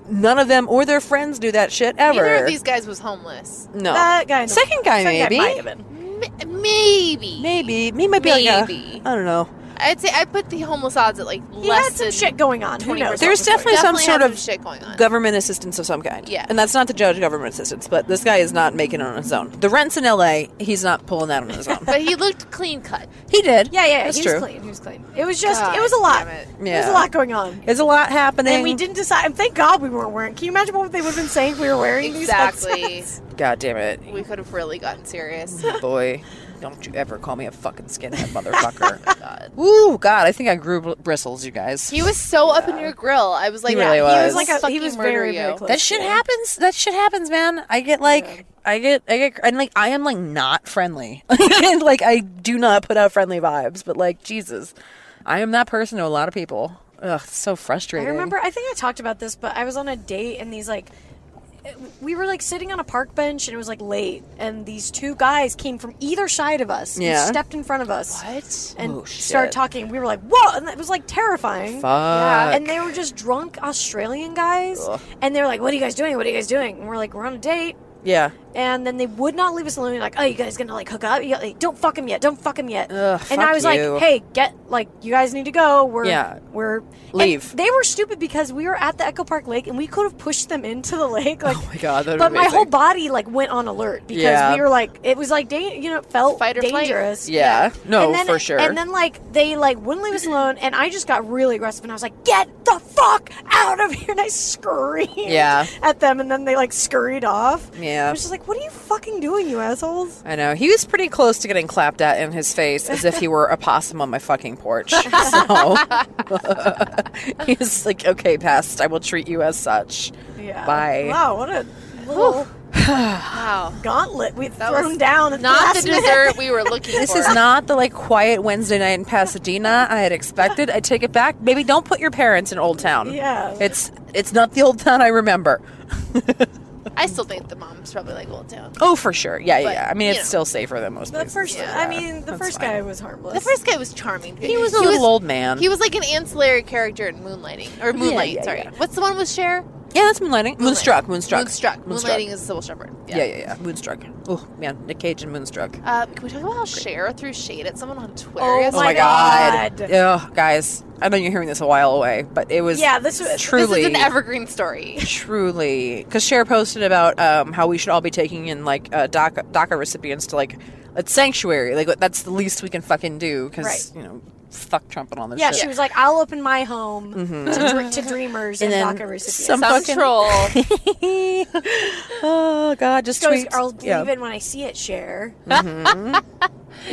Speaker 3: none of them or their friends do that shit ever.
Speaker 2: Neither of these guys was homeless.
Speaker 3: no,
Speaker 4: That guy.
Speaker 3: second guy maybe.
Speaker 4: might have been.
Speaker 2: M- maybe.
Speaker 3: Maybe. Me might be like a-
Speaker 2: Maybe.
Speaker 3: I don't know.
Speaker 2: I'd say I put the homeless odds at like
Speaker 4: He
Speaker 2: less
Speaker 4: had some
Speaker 2: than
Speaker 4: shit going on. Who
Speaker 2: 20%.
Speaker 4: knows?
Speaker 3: There's definitely, some
Speaker 2: Definitely
Speaker 3: sort
Speaker 2: had
Speaker 3: of
Speaker 2: some shit going on.
Speaker 3: government assistance of some kind.
Speaker 2: Yes.
Speaker 3: And that's not to judge government assistance, but this guy is not making it on his own. The rents in LA, he's not pulling that on his own.
Speaker 2: But he looked clean cut.
Speaker 3: he did.
Speaker 4: Yeah, yeah,
Speaker 3: That's
Speaker 4: he
Speaker 3: true.
Speaker 4: was clean. He was clean. It was just,
Speaker 2: God
Speaker 4: it was a lot.
Speaker 2: damn it.
Speaker 4: There was
Speaker 3: Yeah.
Speaker 4: a lot going on.
Speaker 3: There's a lot happening.
Speaker 4: And we didn't decide. And thank God we weren't wearing. Can you imagine what they would have been saying if we were wearing these
Speaker 2: Exactly.
Speaker 4: headsets?
Speaker 3: God damn it.
Speaker 2: we could have really gotten serious.
Speaker 3: Boy, don't you ever call me a fucking skinhead, motherfucker. Ooh, God, I think I grew br- bristles, you guys.
Speaker 2: He was so up in your grill. I was like,
Speaker 3: He really
Speaker 2: He was
Speaker 3: was.
Speaker 2: like a,
Speaker 4: He
Speaker 2: fucking
Speaker 4: was
Speaker 2: murder
Speaker 4: very, very
Speaker 2: you.
Speaker 4: close.
Speaker 3: that shit happens. That shit happens, man. I get like, I get, I get, and like, I am like not friendly. And, like, I do not put out friendly vibes, but like, Jesus, I am that person to a lot of people. Ugh, it's so frustrating.
Speaker 4: I remember. I think I talked about this, but I was on a date and these like. We were like sitting on a park bench and it was like late, and these two guys came from either side of us. and
Speaker 3: Yeah.
Speaker 4: stepped in front of us.
Speaker 2: What?
Speaker 4: And
Speaker 3: Oh, shit.
Speaker 4: started talking. We were like, "Whoa!" And it was like terrifying.
Speaker 3: Fuck. Yeah.
Speaker 4: And they were just drunk Australian guys,
Speaker 3: Ugh.
Speaker 4: and they were like, "What are you guys doing? What are you guys doing?" And we're like, "We're on a date."
Speaker 3: Yeah.
Speaker 4: And then they would not leave us alone. Like, oh, you guys gonna like hook up? You, like, don't fuck him yet. Don't fuck him yet.
Speaker 3: Ugh, fuck
Speaker 4: and I was
Speaker 3: you.
Speaker 4: like, hey, get like, you guys need to go. We're
Speaker 3: Yeah.
Speaker 4: we're and
Speaker 3: Leave.
Speaker 4: they were stupid because we were at the Echo Park Lake and we could have pushed them into the lake. Like,
Speaker 3: Oh my God, that'd
Speaker 4: But
Speaker 3: be
Speaker 4: my whole
Speaker 3: amazing.
Speaker 4: body like went on alert because
Speaker 3: Yeah.
Speaker 4: we were like, it was like, da- you know, it felt
Speaker 2: Fight or flight.
Speaker 4: dangerous.
Speaker 3: Yeah. No,
Speaker 4: And then-
Speaker 3: for sure.
Speaker 4: And then like they like wouldn't leave us alone, and I just got really aggressive, and I was like, "Get the fuck out of here!" And I screamed
Speaker 3: Yeah.
Speaker 4: at them, and then they like scurried off.
Speaker 3: Yeah.
Speaker 4: I was just like, "What are you fucking doing, you assholes?"
Speaker 3: I know. He was pretty close to getting clapped at in his face as if he were a possum on my fucking porch. So he was like, okay, pest, I will treat you as such.
Speaker 4: Yeah.
Speaker 3: Bye.
Speaker 4: Wow, what a little
Speaker 2: Wow.
Speaker 4: gauntlet we've
Speaker 2: That
Speaker 4: thrown
Speaker 2: was
Speaker 4: down. At
Speaker 2: Not the
Speaker 4: last minute.
Speaker 2: dessert we were looking
Speaker 3: This
Speaker 2: for.
Speaker 3: is not the like quiet Wednesday night in Pasadena I had expected. I take it back. Maybe don't put your parents in Old Town.
Speaker 4: Yeah.
Speaker 3: It's it's not the Old Town I remember.
Speaker 2: I still think the mom's probably like Old Town.
Speaker 3: Oh, for sure. Yeah, yeah.
Speaker 2: But,
Speaker 3: yeah. I mean,
Speaker 2: you
Speaker 3: it's
Speaker 2: know.
Speaker 3: still safer than most
Speaker 4: The
Speaker 3: places.
Speaker 4: first, I mean, the
Speaker 3: that's
Speaker 4: first
Speaker 3: fine.
Speaker 4: guy was harmless.
Speaker 2: The first guy was charming.
Speaker 3: He was a little old man.
Speaker 2: He was like an ancillary character in Moonlighting or Moonlight.
Speaker 3: yeah,
Speaker 2: sorry,
Speaker 3: yeah.
Speaker 2: what's the one with Cher?
Speaker 3: yeah, that's moonlighting. Moonstruck. Moonstruck.
Speaker 2: Moonstruck. Moonlighting is a civil shepherd.
Speaker 3: Yeah. yeah, yeah, yeah. Moonstruck. Oh man, Nick Cage and Moonstruck.
Speaker 2: Uh, can we talk about how Cher threw shade at someone on Twitter?
Speaker 4: Oh
Speaker 3: Oh
Speaker 2: yesterday?
Speaker 3: my
Speaker 4: my
Speaker 3: god.
Speaker 4: God.
Speaker 3: Ugh, guys, I know you're hearing this a while away, but it was
Speaker 4: Yeah, this was- this is
Speaker 2: This
Speaker 3: truly
Speaker 2: is an evergreen story.
Speaker 3: truly because Cher posted about um, how we should all be taking in like uh, DACA, DACA recipients to like a sanctuary. Like that's the least we can fucking do because
Speaker 4: Right.
Speaker 3: you know fuck Trump and all this
Speaker 4: yeah,
Speaker 3: shit.
Speaker 4: she was like, "I'll open my home to, dr- to dreamers and,
Speaker 3: Mm-hmm. then
Speaker 4: DACA recipients."
Speaker 3: some-
Speaker 2: Some
Speaker 3: Fucking-
Speaker 2: troll.
Speaker 3: oh god, just
Speaker 4: She goes,
Speaker 3: tweets.
Speaker 4: I'll believe
Speaker 3: Yeah.
Speaker 4: it when I see it, Cher.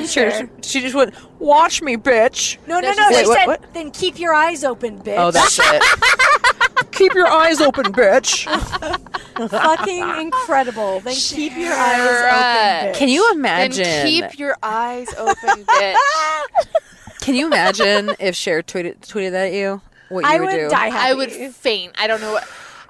Speaker 3: Cher, she just went, "Watch me, bitch."
Speaker 4: No, no,
Speaker 2: No,
Speaker 4: no.
Speaker 2: she
Speaker 3: said-
Speaker 4: They
Speaker 3: Wait, what-
Speaker 4: said,
Speaker 3: what?
Speaker 4: then keep your eyes open, bitch.
Speaker 3: Oh, that shit. Keep your eyes open, bitch.
Speaker 4: fucking incredible. Then keep your eyes open.
Speaker 2: Correct.
Speaker 4: Bitch.
Speaker 3: Can you
Speaker 2: And
Speaker 3: imagine?
Speaker 2: keep your eyes open, bitch.
Speaker 3: Can you imagine if Cher tweeted tweeted that at you? What you
Speaker 4: I
Speaker 3: would,
Speaker 4: would
Speaker 3: do?
Speaker 4: die happy.
Speaker 2: I would faint. I don't know what.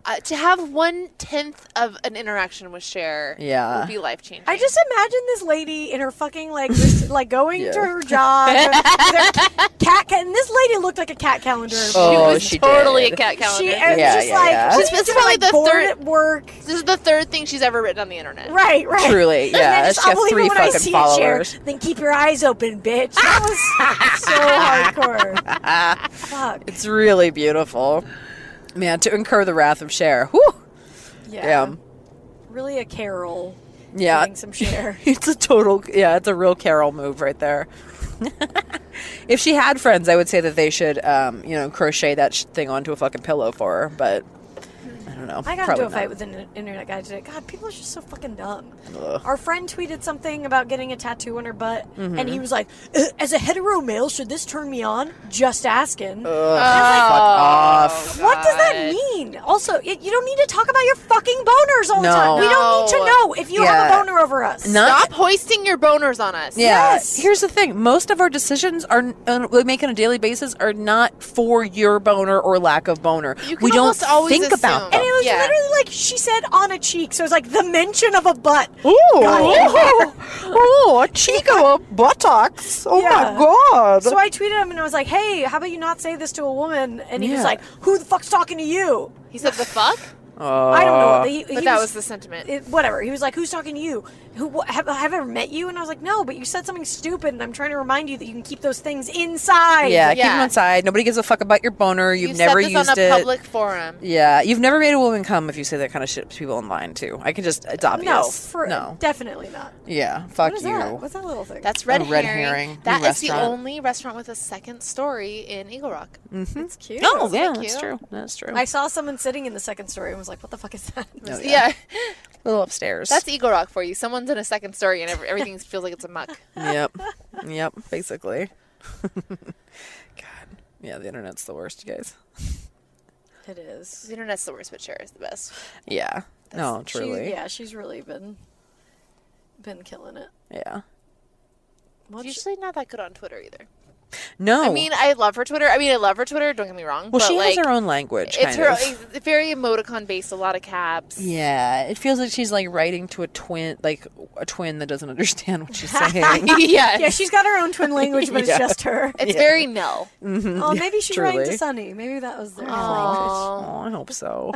Speaker 2: Uh, to have one tenth of an interaction with Cher
Speaker 3: Yeah.
Speaker 2: would be life changing.
Speaker 4: I just imagine this lady in her fucking like just like going
Speaker 3: Yeah.
Speaker 4: to her job. their cat, cat, and this lady looked like a cat calendar.
Speaker 3: Oh,
Speaker 2: she was
Speaker 3: she
Speaker 2: totally
Speaker 3: did.
Speaker 2: a cat calendar.
Speaker 4: She and
Speaker 3: Yeah,
Speaker 4: just
Speaker 3: yeah,
Speaker 4: like
Speaker 3: yeah.
Speaker 4: she's
Speaker 2: This is
Speaker 4: just
Speaker 2: probably
Speaker 4: like
Speaker 2: the
Speaker 4: bored
Speaker 2: third-
Speaker 4: at work.
Speaker 2: this is the third thing she's ever written on the internet.
Speaker 4: Right, right.
Speaker 3: Truly,
Speaker 4: And then
Speaker 3: yeah,
Speaker 4: just,
Speaker 3: she got
Speaker 4: I'll believe
Speaker 3: three
Speaker 4: it when I
Speaker 3: fucking
Speaker 4: see it, Cher.
Speaker 3: followers.
Speaker 4: Then keep your eyes open, bitch. That was so hardcore. Fuck.
Speaker 3: It's really beautiful, man. To incur the wrath of Cher. Whew.
Speaker 4: Yeah.
Speaker 3: Damn.
Speaker 4: Really a Carol.
Speaker 3: Yeah.
Speaker 4: Getting some Cher.
Speaker 3: It's a total. Yeah, it's a real Carol move right there. if she had friends, I would say that they should, um, you know, crochet that sh- thing onto a fucking pillow for her. But I don't know.
Speaker 4: I got
Speaker 3: Probably
Speaker 4: into a
Speaker 3: not.
Speaker 4: fight with an internet guy today. God, people are just so fucking dumb. Our friend tweeted something about getting a tattoo on her butt,
Speaker 3: Mm-hmm.
Speaker 4: and he was like, "Uh, "As a hetero male, should this turn me on?" Just asking.
Speaker 2: Oh,
Speaker 3: off.
Speaker 4: What does that mean? Also, y- you don't need to talk about your fucking boners all the
Speaker 3: No.
Speaker 4: time. We don't need to
Speaker 2: No.
Speaker 4: know if you
Speaker 3: Yeah.
Speaker 4: have a boner over us.
Speaker 3: Not
Speaker 2: Stop hoisting your boners on us.
Speaker 3: Yeah.
Speaker 4: Yes.
Speaker 3: Here's the thing: most of our decisions are uh, we make on a daily basis are not for your boner or lack of boner.
Speaker 2: You can
Speaker 3: we don't
Speaker 2: almost always
Speaker 3: think about
Speaker 2: assume.
Speaker 4: And
Speaker 3: them.
Speaker 4: it was
Speaker 2: Yeah.
Speaker 4: literally like she said on a cheek, so it was like the mention of a butt.
Speaker 3: Oh, oh, a chico of buttocks. Oh
Speaker 4: Yeah.
Speaker 3: god.
Speaker 4: So I tweeted him and I was like, "Hey, how about you not say this to a woman?" And he
Speaker 3: Yeah.
Speaker 4: was like, "Who the fuck's talking to you?"
Speaker 2: He said the fuck.
Speaker 4: I don't know. What, he,
Speaker 2: But that was the sentiment.
Speaker 4: It, whatever. He was like, "Who's talking to you? Who wha- have, have I ever met you?" And I was like, "No, but you said something stupid, and I'm trying to remind you that you can keep those things inside."
Speaker 3: Yeah, keep
Speaker 2: Yeah.
Speaker 3: them inside. Nobody gives a fuck about your boner. You've
Speaker 2: you said
Speaker 3: never
Speaker 2: this
Speaker 3: used
Speaker 2: on a
Speaker 3: it.
Speaker 2: public forum.
Speaker 3: yeah, you've never made a woman come if you say that kind of shit to people online too. I can just it's obvious.
Speaker 4: No, for,
Speaker 3: no.
Speaker 4: definitely not.
Speaker 3: yeah, fuck
Speaker 4: What is
Speaker 3: you.
Speaker 4: that? What's that little thing?
Speaker 2: That's red,
Speaker 3: Oh, Red
Speaker 2: herring.
Speaker 3: Herring,
Speaker 2: That
Speaker 3: new
Speaker 2: is the
Speaker 3: restaurant.
Speaker 2: only restaurant with a second story in Eagle Rock.
Speaker 4: That's cute.
Speaker 3: Oh yeah,
Speaker 2: Thank
Speaker 3: that's
Speaker 2: you.
Speaker 3: true. That's true.
Speaker 4: I saw someone sitting in the second story and was like, "What the fuck is that?"
Speaker 3: Oh,
Speaker 2: Yeah.
Speaker 3: little upstairs.
Speaker 2: that's Eagle Rock for you. Someone's in a second story and every- everything feels like it's a muck.
Speaker 3: yep, yep. Basically, God, yeah, the internet's the worst, you guys.
Speaker 4: It is.
Speaker 2: The internet's the worst, but share is the best.
Speaker 3: Yeah, no,
Speaker 4: She-
Speaker 3: truly, yeah.
Speaker 4: yeah, she's really been been killing it. What's-
Speaker 2: Usually not that good on Twitter either.
Speaker 3: No,
Speaker 2: I mean, I love her Twitter. I mean, I love her Twitter. Don't get me wrong.
Speaker 3: Oh. well,
Speaker 2: but
Speaker 3: she
Speaker 2: like,
Speaker 3: has her own language.
Speaker 2: It's
Speaker 3: kind
Speaker 2: her.
Speaker 3: of.
Speaker 2: It's very emoticon based. A lot of caps.
Speaker 3: Yeah, it feels like she's like writing to a twin, like a twin that doesn't understand what she's saying.
Speaker 2: yes.
Speaker 4: yeah, she's got her own twin language, but
Speaker 3: Yeah.
Speaker 4: it's just her.
Speaker 2: it's very Nell.
Speaker 4: Oh, maybe she's writing
Speaker 3: truly.
Speaker 4: to Sunny. Maybe that was their language.
Speaker 2: Aw.
Speaker 3: oh, I hope so.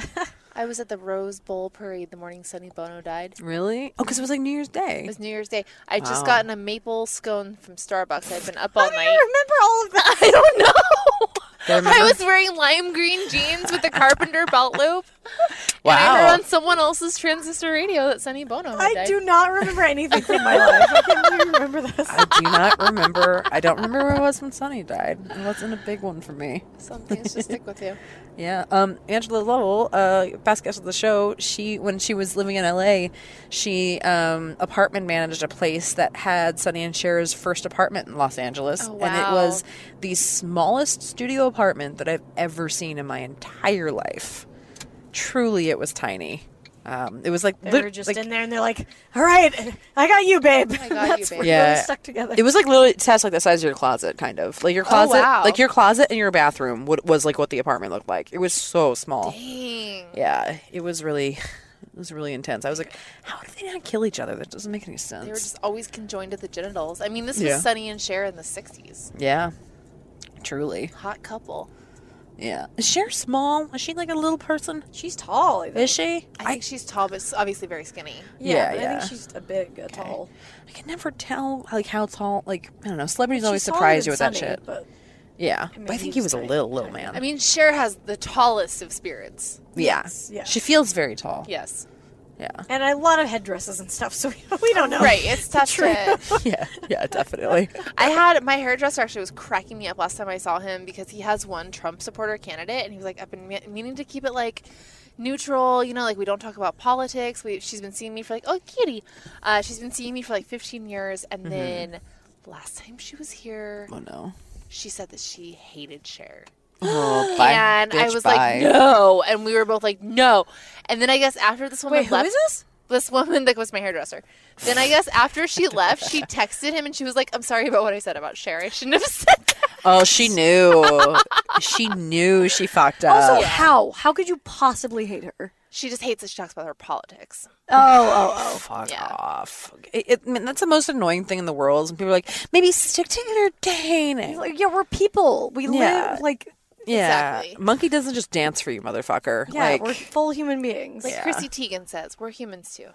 Speaker 2: I was at the Rose Bowl parade the morning Sonny Bono died.
Speaker 3: Really? Oh, because it was like New Year's
Speaker 2: It
Speaker 3: Day.
Speaker 2: was New Year's Day. I would
Speaker 3: Wow.
Speaker 2: just gotten a maple scone from Starbucks. I'd been up
Speaker 4: How
Speaker 2: all
Speaker 4: do you
Speaker 2: night.
Speaker 4: remember all of that?
Speaker 2: I don't
Speaker 3: Do you
Speaker 2: know.
Speaker 3: remember?
Speaker 2: I was wearing lime green jeans with a carpenter belt loop. And I
Speaker 3: Wow.
Speaker 2: heard on someone else's transistor radio that Sonny Bono had
Speaker 4: I
Speaker 2: died.
Speaker 4: do not remember anything from my life. I can't really remember this.
Speaker 3: I do not remember. I don't remember where I was when Sunny died. It wasn't a big one for me.
Speaker 2: Some things just stick with you.
Speaker 3: Yeah. Um, Angela Lowell, uh, past guest of the show, she when she was living in LA, she um, apartment managed a place that had Sonny and Cher's first apartment in Los Angeles,
Speaker 2: Oh,
Speaker 3: and it
Speaker 2: wow.
Speaker 3: was the smallest studio apartment that I've ever seen in my entire life. Truly, it was tiny. Um, it was like
Speaker 4: They
Speaker 3: lit-
Speaker 4: were just
Speaker 3: like-
Speaker 4: in there, and they're like, "All right, I got you, babe." I
Speaker 2: got you,
Speaker 4: That's
Speaker 2: babe.
Speaker 4: We're
Speaker 3: Yeah.
Speaker 4: really stuck together. Oh,
Speaker 3: It was like literally it's like the size of your closet, kind of like your closet,
Speaker 2: wow.
Speaker 3: like your closet and your bathroom would, was like what the apartment looked like. It was so small.
Speaker 2: Dang.
Speaker 3: Yeah, it was really, it was really intense. I was like, how did they not kill each other? That doesn't make any sense.
Speaker 2: They were just always conjoined at the genitals. I mean, this was
Speaker 3: Yeah.
Speaker 2: Sonny and Cher in the 60s.
Speaker 3: yeah, truly.
Speaker 2: Hot couple.
Speaker 3: Yeah, is Cher small? Is she like a little person?
Speaker 4: she's tall. I Mm. think.
Speaker 3: Is she?
Speaker 2: I think she's tall, but s- obviously very skinny.
Speaker 3: Yeah,
Speaker 4: but I
Speaker 3: yeah.
Speaker 4: think she's a big, a tall.
Speaker 3: I can never tell like how tall. Like I don't know. Celebrities always
Speaker 4: She's taller
Speaker 3: surprise
Speaker 4: than
Speaker 3: you with that
Speaker 4: Sunny,
Speaker 3: shit.
Speaker 4: But
Speaker 3: yeah, but I
Speaker 4: mean,
Speaker 3: think
Speaker 4: he's
Speaker 3: he was a
Speaker 4: tiny.
Speaker 3: little little man.
Speaker 2: I mean, Cher has the tallest of spirits.
Speaker 3: yeah.
Speaker 4: Yes, yeah.
Speaker 3: she feels very tall.
Speaker 2: Yes.
Speaker 3: Yeah,
Speaker 4: and a lot of headdresses and stuff, so we, we don't know.
Speaker 2: Right. It's tough to.
Speaker 3: yeah, yeah, definitely.
Speaker 2: I had my hairdresser actually was cracking me up last time I saw him because he has one Trump supporter candidate, and he was like, "I've been me- meaning to keep it like neutral, you know, like we don't talk about politics." We, she's been seeing me for like, oh, kitty, uh, she's been seeing me for like 15 years, and then last time she was here,
Speaker 3: oh no.
Speaker 2: she said that she hated Cher.
Speaker 3: Oh, bye,
Speaker 2: and I
Speaker 3: bitch,
Speaker 2: was
Speaker 3: bye.
Speaker 2: like, no. And we were both like, no. And then I guess after this woman
Speaker 4: Wait, who
Speaker 2: left,
Speaker 4: is this?
Speaker 2: this woman that was my hairdresser. Then I guess after she left, she texted him and she was like, I'm sorry about what I said about Cher. I shouldn't have said that.
Speaker 3: Oh, she knew. she knew she fucked up.
Speaker 4: Also, how? How could you possibly hate her?
Speaker 2: She just hates that she talks about her politics.
Speaker 4: Oh,
Speaker 3: fuck
Speaker 2: Yeah.
Speaker 3: off. It, it, I mean, that's the most annoying thing in the world. And people are like, maybe stick to entertaining.
Speaker 4: Like, yeah, we're people. We
Speaker 3: Yeah.
Speaker 4: live like
Speaker 3: yeah.
Speaker 2: exactly.
Speaker 3: Monkey doesn't just dance for you, motherfucker.
Speaker 4: yeah,
Speaker 3: like,
Speaker 4: we're full human beings.
Speaker 2: Like
Speaker 4: Like,
Speaker 2: Chrissy Teigen says, we're humans too.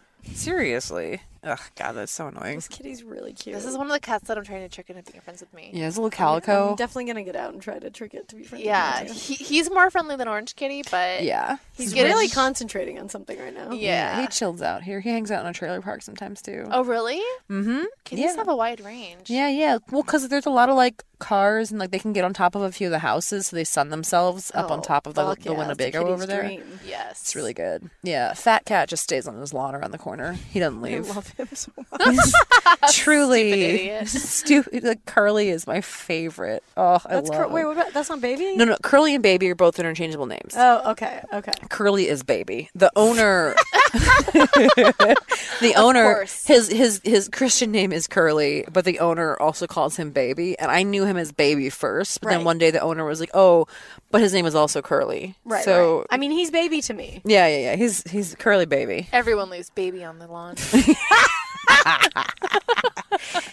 Speaker 3: seriously. Ugh, God, that's so annoying.
Speaker 4: this kitty's really cute.
Speaker 2: This is one of the cats that I'm trying to trick into being friends with me.
Speaker 3: Yeah, it's a little
Speaker 4: I'm
Speaker 3: calico.
Speaker 4: definitely gonna get out and try to trick it to be friends. with
Speaker 2: Yeah,
Speaker 4: you too.
Speaker 2: he, he's more friendly than Orange Kitty, but
Speaker 3: yeah.
Speaker 4: he's
Speaker 2: getting-
Speaker 4: really concentrating on something right now.
Speaker 2: yeah.
Speaker 3: He chills out here. He hangs out in a trailer park sometimes, too.
Speaker 2: Oh, really? Mm-hmm. Kitties
Speaker 3: Yeah.
Speaker 2: have a wide range.
Speaker 3: Yeah, yeah. Well, because there's a lot of like cars and like they can get on top of a few of the houses, so they sun themselves up on
Speaker 2: Oh,
Speaker 3: top of the,
Speaker 4: Fuck
Speaker 3: the
Speaker 4: yeah, it's a
Speaker 3: Winnebago
Speaker 4: kitty's
Speaker 3: over there.
Speaker 4: dream.
Speaker 2: Yes.
Speaker 3: It's really good. Yeah, fat cat just stays on his lawn around the corner. He doesn't
Speaker 4: I
Speaker 3: leave.
Speaker 4: love him so much.
Speaker 3: Truly,
Speaker 2: Stupid idiot.
Speaker 3: stupid. Like Curly is my favorite. Oh, I
Speaker 4: That's
Speaker 3: love.
Speaker 4: cur- wait, what about that's not baby?
Speaker 3: no, no, Curly and Baby are both interchangeable names.
Speaker 4: Oh, okay, okay.
Speaker 3: Curly is Baby. The owner, the owner,
Speaker 2: course.
Speaker 3: his his his Christian name is Curly, but the owner also calls him Baby. And I knew him as Baby first, but then
Speaker 4: Right.
Speaker 3: one day the owner was like, "Oh, but his name is also Curly."
Speaker 4: Right.
Speaker 3: So
Speaker 4: right. I mean, he's baby to me.
Speaker 3: yeah, yeah, yeah. He's he's Curly Baby.
Speaker 2: Everyone leaves baby on the lawn.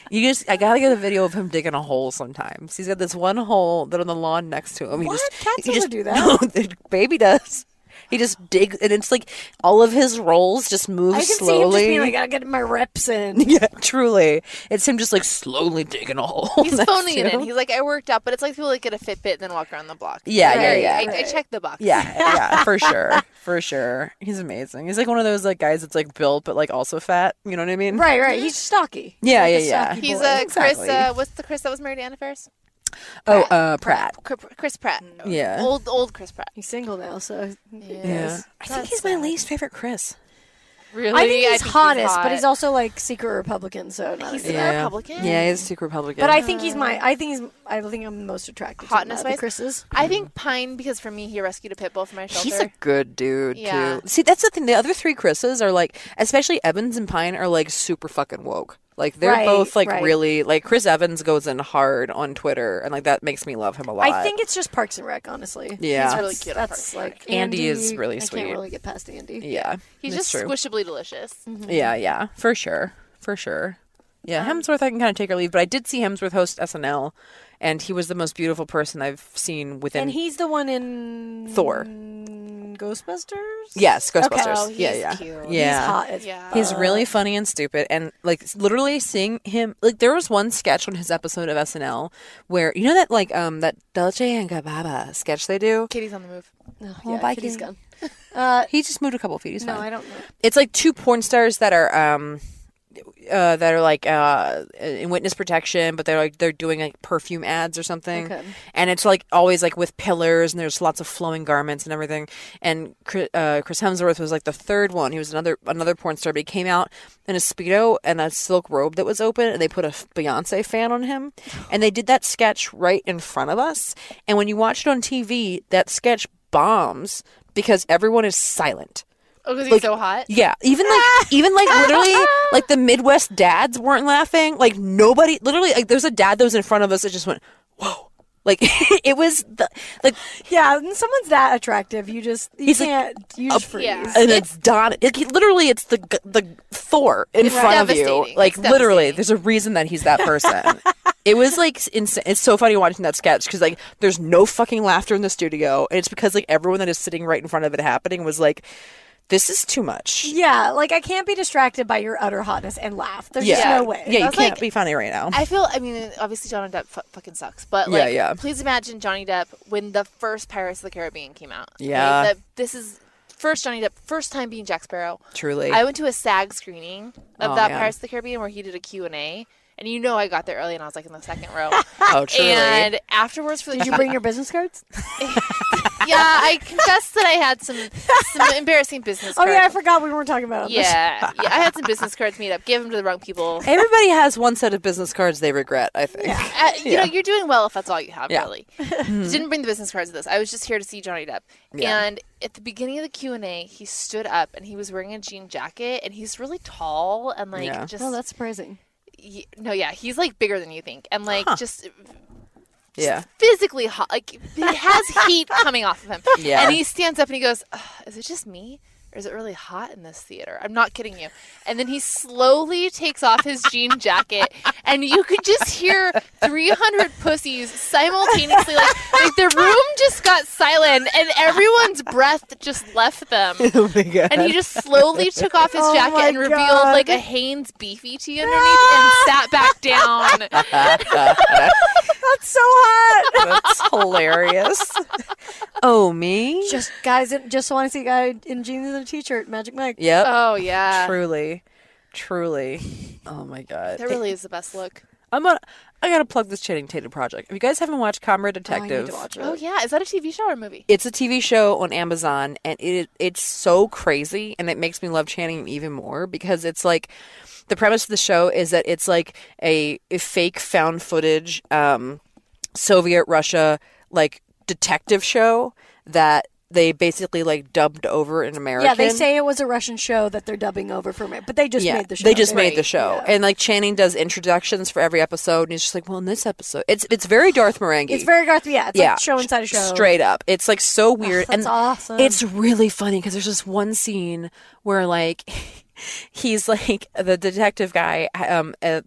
Speaker 3: You just, I gotta get a video of him digging a hole sometimes. He's got this one hole that on the lawn next to him. He
Speaker 4: What?
Speaker 3: just,
Speaker 4: Cats
Speaker 3: he
Speaker 4: never
Speaker 3: just,
Speaker 4: do that.
Speaker 3: No, the baby does. He just digs, and it's like all of his rolls just move
Speaker 4: I can see him just
Speaker 3: slowly.
Speaker 4: being like, "Ah." I get my reps in.
Speaker 3: yeah, truly, it's him just like slowly digging a hole.
Speaker 2: He's
Speaker 3: next
Speaker 2: phoning it
Speaker 3: to
Speaker 2: in.
Speaker 3: him.
Speaker 2: He's like, I worked out, but it's like people that get a Fitbit and then walk around the block.
Speaker 3: Yeah, yeah,
Speaker 2: Right,
Speaker 3: yeah.
Speaker 2: I, I checked the box.
Speaker 3: Yeah, yeah, for sure, for sure. He's amazing. He's like one of those like guys that's like built but like also fat. You know what I mean?
Speaker 4: Right, right. He's stocky.
Speaker 3: Yeah,
Speaker 4: Like a
Speaker 3: yeah, yeah.
Speaker 4: stocky
Speaker 2: He's
Speaker 4: boy.
Speaker 2: uh,
Speaker 3: Exactly.
Speaker 2: Chris. Uh, what's the Chris that was married to Anna Faris?
Speaker 3: Oh, uh, Pratt.
Speaker 2: Cr- Chris Pratt.
Speaker 3: Yeah.
Speaker 2: Old old Chris Pratt.
Speaker 4: He's single now, so
Speaker 3: Yeah. I think
Speaker 2: That's
Speaker 3: he's my least favorite Chris.
Speaker 2: Really?
Speaker 4: I think he's hottest, but he's also like secret Republican, so not
Speaker 2: He's
Speaker 4: a-
Speaker 2: a Republican.
Speaker 3: Yeah, he's super Republican.
Speaker 4: But I think he's my. I think he's. I think I'm most attracted.
Speaker 2: Hotness
Speaker 4: to him out of
Speaker 2: wise?
Speaker 4: the Chris's.
Speaker 2: I think Pine because for me he rescued a pit bull from my shelter.
Speaker 3: He's a good dude
Speaker 2: Yeah.
Speaker 3: too. See, that's the thing. The other three Chris's are like, especially Evans and Pine are like super fucking woke. Like they're
Speaker 4: Right,
Speaker 3: both like
Speaker 4: right.
Speaker 3: really like Chris Evans goes in hard on Twitter, and like that makes me love him a lot.
Speaker 4: I think it's just Parks and Rec, honestly.
Speaker 3: Yeah.
Speaker 2: He's really cute. on Parks
Speaker 4: That's
Speaker 2: and Rec.
Speaker 4: like
Speaker 3: Andy is really
Speaker 4: I
Speaker 3: sweet.
Speaker 4: can't really get past Andy.
Speaker 3: Yeah,
Speaker 2: he's
Speaker 3: that's
Speaker 2: just
Speaker 3: true.
Speaker 2: squishably delicious.
Speaker 3: Yeah, yeah, for sure, for sure. Yeah,
Speaker 4: Um,
Speaker 3: Hemsworth, I can kind of take or leave, but I did see Hemsworth host SNL, and he was the most beautiful person I've seen within
Speaker 4: And he's the one in
Speaker 3: Thor.
Speaker 4: Ghostbusters.
Speaker 3: Yes, Ghostbusters.
Speaker 2: Oh,
Speaker 3: yeah,
Speaker 2: he's
Speaker 3: yeah,
Speaker 2: cute.
Speaker 3: yeah.
Speaker 4: He's hot. As
Speaker 2: Yeah.
Speaker 3: He's
Speaker 4: Uh,
Speaker 3: really funny and stupid, and like s- literally seeing him. Like there was one sketch on his episode of SNL where you know that like um that Dolce and Gabbana sketch they do.
Speaker 2: Katie's on the move.
Speaker 4: Oh,
Speaker 3: bye,
Speaker 4: yeah, Kitty's
Speaker 3: Kitty.
Speaker 4: gone.
Speaker 3: He just moved a couple feet. He's
Speaker 4: No,
Speaker 3: fine.
Speaker 4: I don't know.
Speaker 3: It's like two porn stars that are um uh that are like uh in witness protection, but they're like they're doing like perfume ads or something.
Speaker 4: Okay.
Speaker 3: And it's like always like with pillars and there's lots of flowing garments and everything. And Chris, uh, Chris Hemsworth was like the third one. He was another another porn star, but he came out in a speedo and a silk robe that was open, and they put a Beyonce fan on him. And they did that sketch right in front of us. And when you watch it on TV, that sketch bombs because everyone is silent.
Speaker 2: Oh, because he's
Speaker 3: Like,
Speaker 2: so hot.
Speaker 3: Yeah, even like even like literally like the Midwest dads weren't laughing. Like nobody, literally like there's a dad that was in front of us that just went, "Whoa!" Like it was the, like
Speaker 4: Yeah, when someone's that attractive, you just you
Speaker 3: He's like
Speaker 4: can't. you just freeze.
Speaker 2: yeah.
Speaker 3: and it's Don. It, literally, it's the g- the Thor in front of you.
Speaker 2: devastating.
Speaker 3: Like
Speaker 2: It's
Speaker 3: literally,
Speaker 2: devastating.
Speaker 3: there's a reason that he's that person. it was like insane. It's so funny watching that sketch because like there's no fucking laughter in the studio, and it's because like everyone that is sitting right in front of it happening was like, "This is too much."
Speaker 4: Yeah, like I can't be distracted by your utter hotness and laugh. There's just
Speaker 3: Yeah.
Speaker 4: no way.
Speaker 3: Yeah, you
Speaker 2: That's
Speaker 3: can't
Speaker 2: like-
Speaker 3: be funny right now.
Speaker 2: I feel. I mean, obviously Johnny Depp fu- fucking sucks, but
Speaker 3: Yeah,
Speaker 2: like,
Speaker 3: yeah.
Speaker 2: please imagine Johnny Depp when the first Pirates of the Caribbean came out. Like,
Speaker 3: Yeah.
Speaker 2: the- this is first Johnny Depp, first time being Jack Sparrow.
Speaker 3: Truly.
Speaker 2: I went to a SAG screening of
Speaker 3: Oh,
Speaker 2: that
Speaker 3: man.
Speaker 2: Pirates of the Caribbean where he did a Q and A, and you know I got there early and I was like in the second row.
Speaker 3: oh, truly.
Speaker 2: And afterwards, for the
Speaker 4: Did you bring your business cards?
Speaker 2: yeah, I confess that I had some some embarrassing business.
Speaker 4: Oh
Speaker 2: Cards.
Speaker 4: yeah, I forgot we weren't talking about it.
Speaker 2: yeah, yeah, I had some business cards made up. Give them to the wrong people.
Speaker 3: Everybody has one set of business cards they regret, I think.
Speaker 2: Uh, you know, you're doing well if that's all you have,
Speaker 3: Yeah.
Speaker 2: really.
Speaker 4: Hmm.
Speaker 2: Didn't bring the business cards to this. I was just here to see Johnny Depp.
Speaker 3: Yeah.
Speaker 2: And at the beginning of the Q and A, he stood up and he was wearing a jean jacket, and he's really tall and like
Speaker 3: Yeah.
Speaker 2: just
Speaker 4: Oh, that's surprising.
Speaker 2: y- no, yeah, he's like bigger than you think, and like just
Speaker 3: Yeah.
Speaker 2: physically hot. Like he has heat coming off of him.
Speaker 3: Yeah.
Speaker 2: And he stands up and he goes, "Ugh, "Is it just me?" Or is it really hot in this theater? I'm not kidding you. And then he slowly takes off his jean jacket, and you could just hear 300 pussies simultaneously. Like, like the room just got silent, and everyone's breath just left them.
Speaker 3: Oh my god.
Speaker 2: And he just slowly took off his
Speaker 4: Oh
Speaker 2: jacket
Speaker 4: my
Speaker 2: and revealed
Speaker 4: God.
Speaker 2: like a Hanes beefy tea underneath, and sat back down.
Speaker 4: That's so hot.
Speaker 3: That's hilarious. oh me?
Speaker 4: just guys, in- just want to see a guy in jeans and a t-shirt, Magic Mike.
Speaker 3: Yep.
Speaker 2: Oh
Speaker 4: uh,
Speaker 2: yeah,
Speaker 3: truly. Truly. Oh my god.
Speaker 2: that really is the best look.
Speaker 3: I'm gonna I gotta plug this Channing Tatum project. If you guys haven't watched Comrade Detective,
Speaker 2: Oh yeah, is that a TV show or a movie?
Speaker 3: it's a TV show on Amazon, and it it's so crazy, and it makes me love Channing even more because it's like the premise of the show is that it's like a, a fake found footage um, Soviet Russia like detective show that they basically like dubbed over in American.
Speaker 4: Yeah, they say it was a Russian show that they're dubbing over from it, but they just
Speaker 3: Yeah,
Speaker 4: made the show.
Speaker 3: They just
Speaker 4: Right.
Speaker 3: made the show, and like Channing does introductions for every episode, and he's just like, "Well, in this episode, it's it's very Darth Marenghi.
Speaker 4: It's very Garth. Yeah, it's
Speaker 3: yeah,
Speaker 4: like show inside a show.
Speaker 3: Straight up, it's like so weird.
Speaker 4: that's
Speaker 3: and
Speaker 4: awesome.
Speaker 3: It's really funny because there's this one scene where like he's like the detective guy. Um, uh,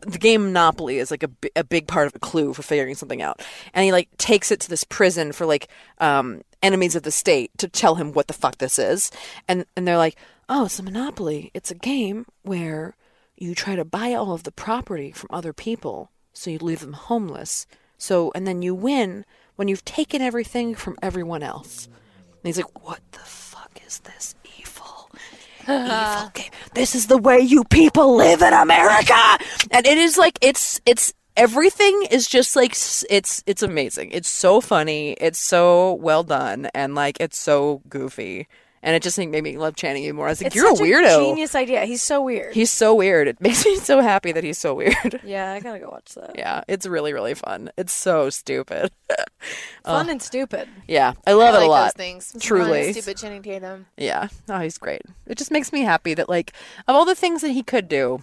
Speaker 3: the game Monopoly is like a, bi- a big part of a clue for figuring something out. And he like takes it to this prison for like um, enemies of the state to tell him what the fuck this is. And and they're like, "Oh, it's a Monopoly. It's a game where you try to buy all of the property from other people so you leave them homeless. So and then you win when you've taken everything from everyone else." And he's like, "What the fuck is this evil?" evil game. This is the way you people live in America, and it is like it's it's everything is just like s- it's it's amazing. It's so funny. It's so well done, and like it's so goofy, and it just like, made me love Channing even more. I was like,
Speaker 4: It's
Speaker 3: you're a
Speaker 4: such
Speaker 3: weirdo.
Speaker 4: genius idea. He's so weird.
Speaker 3: He's so weird. It makes me so happy that he's so weird.
Speaker 4: yeah, I gotta go watch that.
Speaker 3: yeah, it's really really fun. It's so stupid.
Speaker 4: Fun and stupid.
Speaker 3: yeah, I love
Speaker 2: I
Speaker 3: it
Speaker 2: like
Speaker 3: a lot.
Speaker 2: those things.
Speaker 3: Truly.
Speaker 2: Stupid Channing Tatum.
Speaker 3: Yeah. Oh, he's great. It just makes me happy that like of all the things that he could do,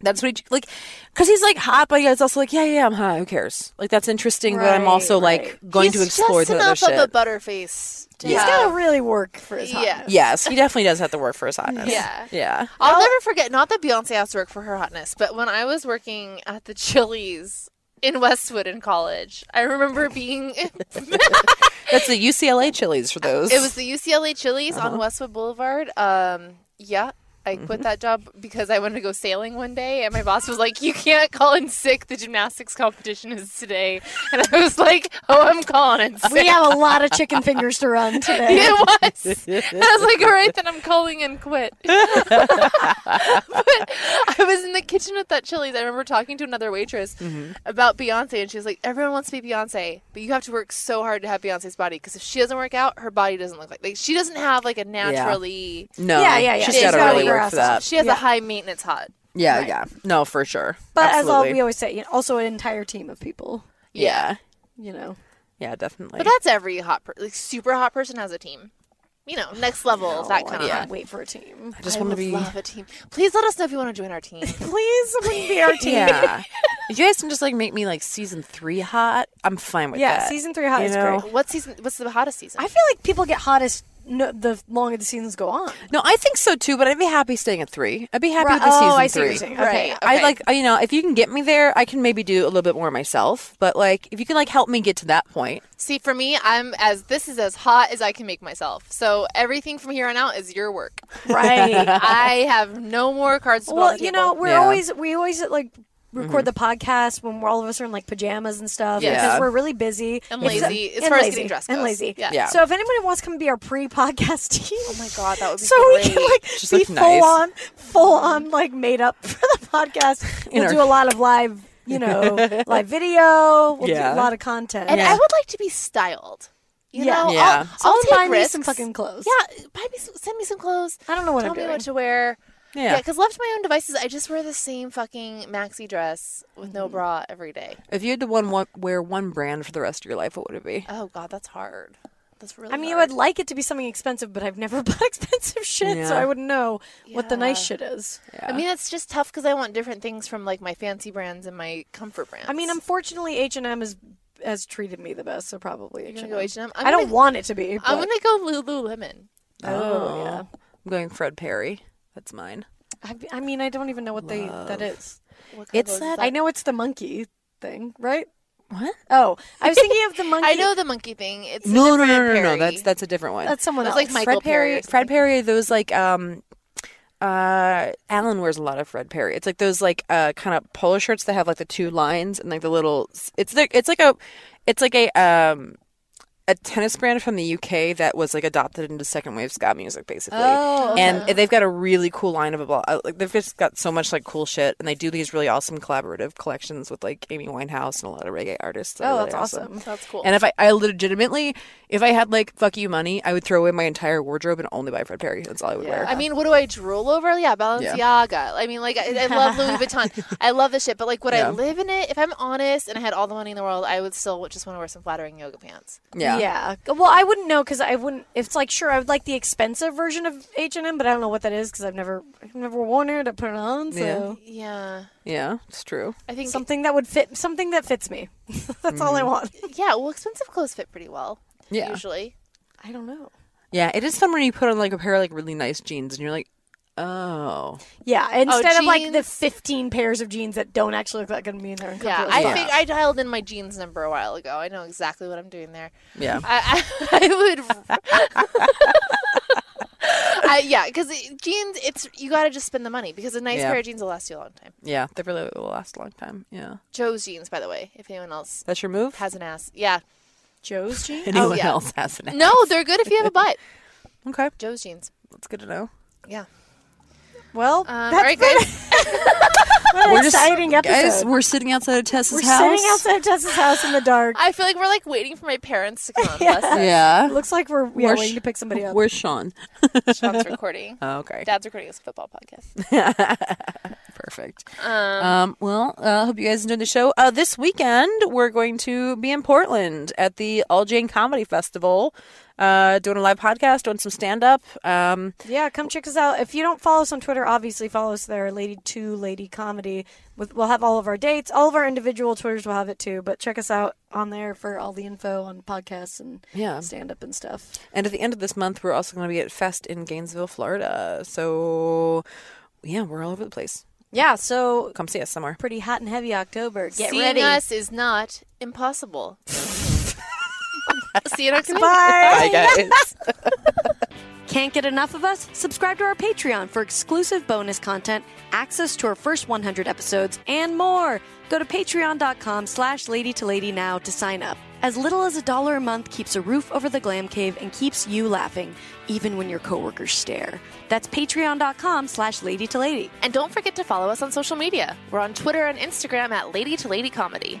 Speaker 3: that's what he like because he's like hot, but he's also like, yeah, yeah, I'm hot. Who cares? Like that's interesting, but I'm
Speaker 4: Right,
Speaker 3: also like
Speaker 4: right.
Speaker 3: going
Speaker 2: He's
Speaker 3: to explore
Speaker 2: just
Speaker 3: the other
Speaker 2: enough
Speaker 3: shit.
Speaker 2: of a butterface. to
Speaker 4: He's
Speaker 2: have-
Speaker 4: gotta really work for his hotness.
Speaker 2: yeah.
Speaker 3: yes, he definitely does have to work for his hotness.
Speaker 2: Yeah.
Speaker 3: Yeah.
Speaker 2: I'll never forget. Not that Beyonce has to work for her hotness, but when I was working at the Chili's in Westwood in college, I remember being.
Speaker 3: That's the UCLA chilies for those.
Speaker 2: It was the UCLA Chili's on Westwood Boulevard. Um, yeah, I quit that job because I wanted to go sailing one day, and my boss was like, "You can't call in sick. The gymnastics competition is today." And I was like, "Oh, I'm calling it sick."
Speaker 4: We have a lot of chicken fingers to run today.
Speaker 2: it was. And I was like, "All right, then I'm calling and quit." but I was in the kitchen with that Chili's. I remember talking to another waitress about Beyonce, and she was like, "Everyone wants to be Beyonce, but you have to work so hard to have Beyonce's body because if she doesn't work out, her body doesn't look like like she doesn't have like a naturally."
Speaker 3: no.
Speaker 4: Yeah, yeah, yeah.
Speaker 3: She's
Speaker 4: She's
Speaker 3: got to
Speaker 4: gotta
Speaker 3: really
Speaker 4: work
Speaker 3: work
Speaker 4: her
Speaker 3: for
Speaker 4: ass
Speaker 3: that.
Speaker 2: She has a high maintenance hot.
Speaker 3: yeah, yeah. No, for sure.
Speaker 4: But as all
Speaker 3: Absolutely.
Speaker 4: we always say, you know, also an entire team of people.
Speaker 3: yeah.
Speaker 4: You know,
Speaker 3: Yeah, definitely.
Speaker 2: But that's every hot, per- like super hot person has a team. You know, next level, that kind
Speaker 4: I
Speaker 2: of.
Speaker 4: can't
Speaker 2: Yeah.
Speaker 4: wait for a team.
Speaker 3: I just want to be.
Speaker 2: Love a team. Please let us know if you want to join our team.
Speaker 4: Please wouldn't be our team.
Speaker 3: Yeah. you guys can just like make me like season three hot. I'm fine with
Speaker 4: Yeah,
Speaker 3: that.
Speaker 4: season three hot
Speaker 3: You
Speaker 4: is
Speaker 3: know?
Speaker 4: great.
Speaker 2: what season? What's the hottest season?
Speaker 4: I feel like people get hottest no, the longer the seasons go on.
Speaker 3: No, I think so too, but I'd be happy staying at three. I'd be happy
Speaker 4: Right.
Speaker 3: with the
Speaker 4: Oh,
Speaker 3: season
Speaker 4: I see what
Speaker 3: three.
Speaker 4: you're saying. Okay.
Speaker 2: Right.
Speaker 3: I
Speaker 2: Okay.
Speaker 3: like I- you know if you can get me there, I can maybe do a little bit more myself. But like if you can like help me get to that point,
Speaker 2: See, for me, I'm as this is as hot as I can make myself. So everything from here on out is your work.
Speaker 4: Right.
Speaker 2: I have no more cards. To put on
Speaker 4: well,
Speaker 2: the
Speaker 4: you
Speaker 2: table.
Speaker 4: know, we're
Speaker 3: Yeah. Mm-hmm.
Speaker 4: always we always like record the podcast when we're, all of us are in like pajamas and stuff
Speaker 2: Yeah.
Speaker 4: because we're really busy
Speaker 2: And
Speaker 4: It's-
Speaker 2: lazy, as far as getting dressed
Speaker 4: and
Speaker 2: goes.
Speaker 4: lazy.
Speaker 2: Yeah.
Speaker 3: Yeah.
Speaker 4: So if anybody wants to come be our pre-podcast team,
Speaker 2: Oh my god, that would be
Speaker 4: so
Speaker 2: great.
Speaker 4: we can like
Speaker 3: Just
Speaker 4: be
Speaker 3: look
Speaker 4: full
Speaker 3: nice.
Speaker 4: on, full on like made up for the podcast. We'll
Speaker 3: our-
Speaker 4: do a lot of live, you know, live video. We'll
Speaker 3: Yeah.
Speaker 4: do a lot of content.
Speaker 2: and
Speaker 3: Yeah.
Speaker 2: I would like to be styled. You
Speaker 4: Yeah.
Speaker 2: know,
Speaker 3: Yeah.
Speaker 2: I'll, I'll
Speaker 4: Someone
Speaker 2: take
Speaker 4: buy me
Speaker 2: risks.
Speaker 4: some fucking clothes.
Speaker 2: Yeah, buy me some, send me some clothes.
Speaker 4: I don't know what
Speaker 2: Tell
Speaker 4: I'm
Speaker 2: me
Speaker 4: doing.
Speaker 2: what to wear.
Speaker 3: yeah.
Speaker 2: Yeah, because left to my own devices, I just wear the same fucking maxi dress with
Speaker 4: Mm-hmm.
Speaker 2: no bra every day.
Speaker 3: if you had to one, one wear one brand for the rest of your life, what would it be?
Speaker 4: Uh,
Speaker 2: Oh god, that's hard. That's really.
Speaker 4: I mean, I
Speaker 2: hard.
Speaker 4: would like it to be something expensive, but I've never bought expensive shit, so
Speaker 3: Yeah.
Speaker 4: I wouldn't know what the nice
Speaker 2: Yeah.
Speaker 4: shit is.
Speaker 2: I mean, it's just tough because I want different things from like my fancy brands and my comfort brands.
Speaker 4: I mean, unfortunately, H and M has has treated me the best, so probably H
Speaker 2: gonna
Speaker 4: and
Speaker 2: go H&M?
Speaker 4: M.
Speaker 2: I'm
Speaker 4: I don't
Speaker 2: gonna-
Speaker 4: want it to be.
Speaker 2: I'm
Speaker 4: but-
Speaker 2: gonna go Lululemon.
Speaker 4: Oh yeah.
Speaker 3: I'm going Fred Perry. That's mine.
Speaker 4: I, I mean, I don't even know what they that is.
Speaker 2: What kind
Speaker 3: It's
Speaker 2: of
Speaker 3: that-
Speaker 2: that.
Speaker 4: I know it's the monkey thing, right?
Speaker 3: What?
Speaker 4: Oh, I was thinking of the monkey.
Speaker 2: I know the monkey thing. It's
Speaker 3: No, no, no,
Speaker 2: different
Speaker 3: no, no,
Speaker 2: Perry.
Speaker 3: no. That's that's a different one.
Speaker 4: that's someone
Speaker 2: That's
Speaker 4: else.
Speaker 2: like Michael
Speaker 3: Fred
Speaker 2: Perry.
Speaker 3: Perry.
Speaker 2: or
Speaker 3: Fred Perry. Those like um, uh, Alan wears a lot of Fred Perry. It's like those like uh kind of polo shirts that have like the two lines and like the little. It's like it's like a, it's like a um. A tennis brand from the UK that was like adopted into second wave ska music, basically.
Speaker 4: Oh, okay.
Speaker 3: and they've got a really cool line of a blog. Like they've just got so much like cool shit, and they do these really awesome collaborative collections with like Amy Winehouse and a lot of reggae artists. that
Speaker 4: Oh,
Speaker 3: are really
Speaker 4: that's awesome.
Speaker 2: That's cool.
Speaker 3: and if I, I legitimately, if I had like fuck you money, I would throw away my entire wardrobe and only buy Fred Perry. That's all I would wear.
Speaker 2: I mean, what do I drool over? Yeah, Balenciaga. I mean, like, I, I love Louis Vuitton. I love this shit, but like, would
Speaker 3: Yeah.
Speaker 2: I live in it? If I'm honest and I had all the money in the world, I would still just want to wear some flattering yoga pants.
Speaker 3: yeah.
Speaker 4: yeah. Well, I wouldn't know because I wouldn't. It's like sure, I would like the expensive version of H and M, but I don't know what that is because I've never, I've never worn it or put it on. So
Speaker 2: Yeah,
Speaker 3: Yeah, it's true.
Speaker 2: I think.
Speaker 4: something that would fit, something that fits me. That's all I want.
Speaker 2: yeah, well, expensive clothes fit pretty well.
Speaker 3: Yeah.
Speaker 2: usually.
Speaker 4: I don't know.
Speaker 3: Yeah, it is fun when you put on like a pair of like really nice jeans and you're like, Oh.
Speaker 4: Yeah, instead of like the
Speaker 2: jeans.
Speaker 4: 15 pairs of jeans that don't actually look that good to me and they're
Speaker 2: Yeah,
Speaker 4: uncomfortable.
Speaker 2: I
Speaker 4: Yeah,
Speaker 2: think I dialed in my jeans number a while ago. I know exactly what I'm doing there.
Speaker 3: Yeah.
Speaker 2: I, I, I would. I, yeah, because jeans, it's you got to just spend the money because a nice
Speaker 3: Yeah.
Speaker 2: pair of jeans will last you a long time.
Speaker 3: Yeah. They really will last a long time. Yeah.
Speaker 2: Joe's jeans, by the way, if anyone else
Speaker 3: That's your move?
Speaker 2: has an ass, yeah.
Speaker 4: Joe's jeans.
Speaker 3: Anyone
Speaker 2: yeah.
Speaker 3: else has an
Speaker 2: No, they're good if you have a butt.
Speaker 3: Okay.
Speaker 2: Joe's jeans,
Speaker 3: That's good to know.
Speaker 2: yeah.
Speaker 4: Well,
Speaker 2: Um,
Speaker 4: that's
Speaker 2: all right, guys.
Speaker 4: an
Speaker 3: We're just-
Speaker 4: exciting episode.
Speaker 3: Guys, we're sitting outside of Tessa's
Speaker 4: we're
Speaker 3: house.
Speaker 4: sitting outside Tessa's house in the dark.
Speaker 2: I feel like we're like waiting for my parents to come. on.
Speaker 4: Yeah.
Speaker 2: Bless
Speaker 3: Yeah.
Speaker 4: Looks like we're, yeah,
Speaker 3: Where's-
Speaker 4: waiting to pick somebody up.
Speaker 3: Where's Sean?
Speaker 2: us. Sean's recording.
Speaker 3: Oh, okay.
Speaker 2: Dad's recording his football podcast.
Speaker 3: Perfect.
Speaker 2: Um,
Speaker 3: Um, well, I uh, hope you guys enjoyed the show. Uh, this weekend, we're going to be in Portland at the All Jane Comedy Festival, uh, doing a live podcast, doing some stand up. Um,
Speaker 4: Yeah, come check us out. If you don't follow us on Twitter, obviously follow us there, Lady Two Lady Comedy. With we'll have all of our dates, all of our individual Twitters will have it too. But check us out on there for all the info on podcasts and
Speaker 3: Yeah.
Speaker 4: stand up and stuff.
Speaker 3: and at the end of this month, we're also going to be at Fest in Gainesville, Florida. So, yeah, we're all over the place.
Speaker 4: Yeah, so
Speaker 3: Come see us somewhere.
Speaker 4: pretty hot and heavy October. Get
Speaker 2: Seeing
Speaker 4: ready.
Speaker 2: us is not impossible. See you next week.
Speaker 4: Bye.
Speaker 3: guys.
Speaker 8: Can't get enough of us? Subscribe to our Patreon for exclusive bonus content, access to our first 100 episodes, and more. Go to patreon.com slash lady to lady now to sign up. As little as a dollar a month keeps a roof over the glam cave and keeps you laughing, even when your coworkers stare. That's patreon.com slash lady to lady.
Speaker 2: And don't forget to follow us on social media. We're on Twitter and Instagram at Lady to Lady Comedy.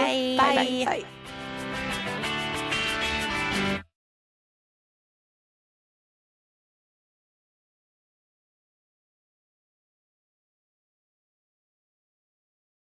Speaker 4: Bye. Bye. Bye.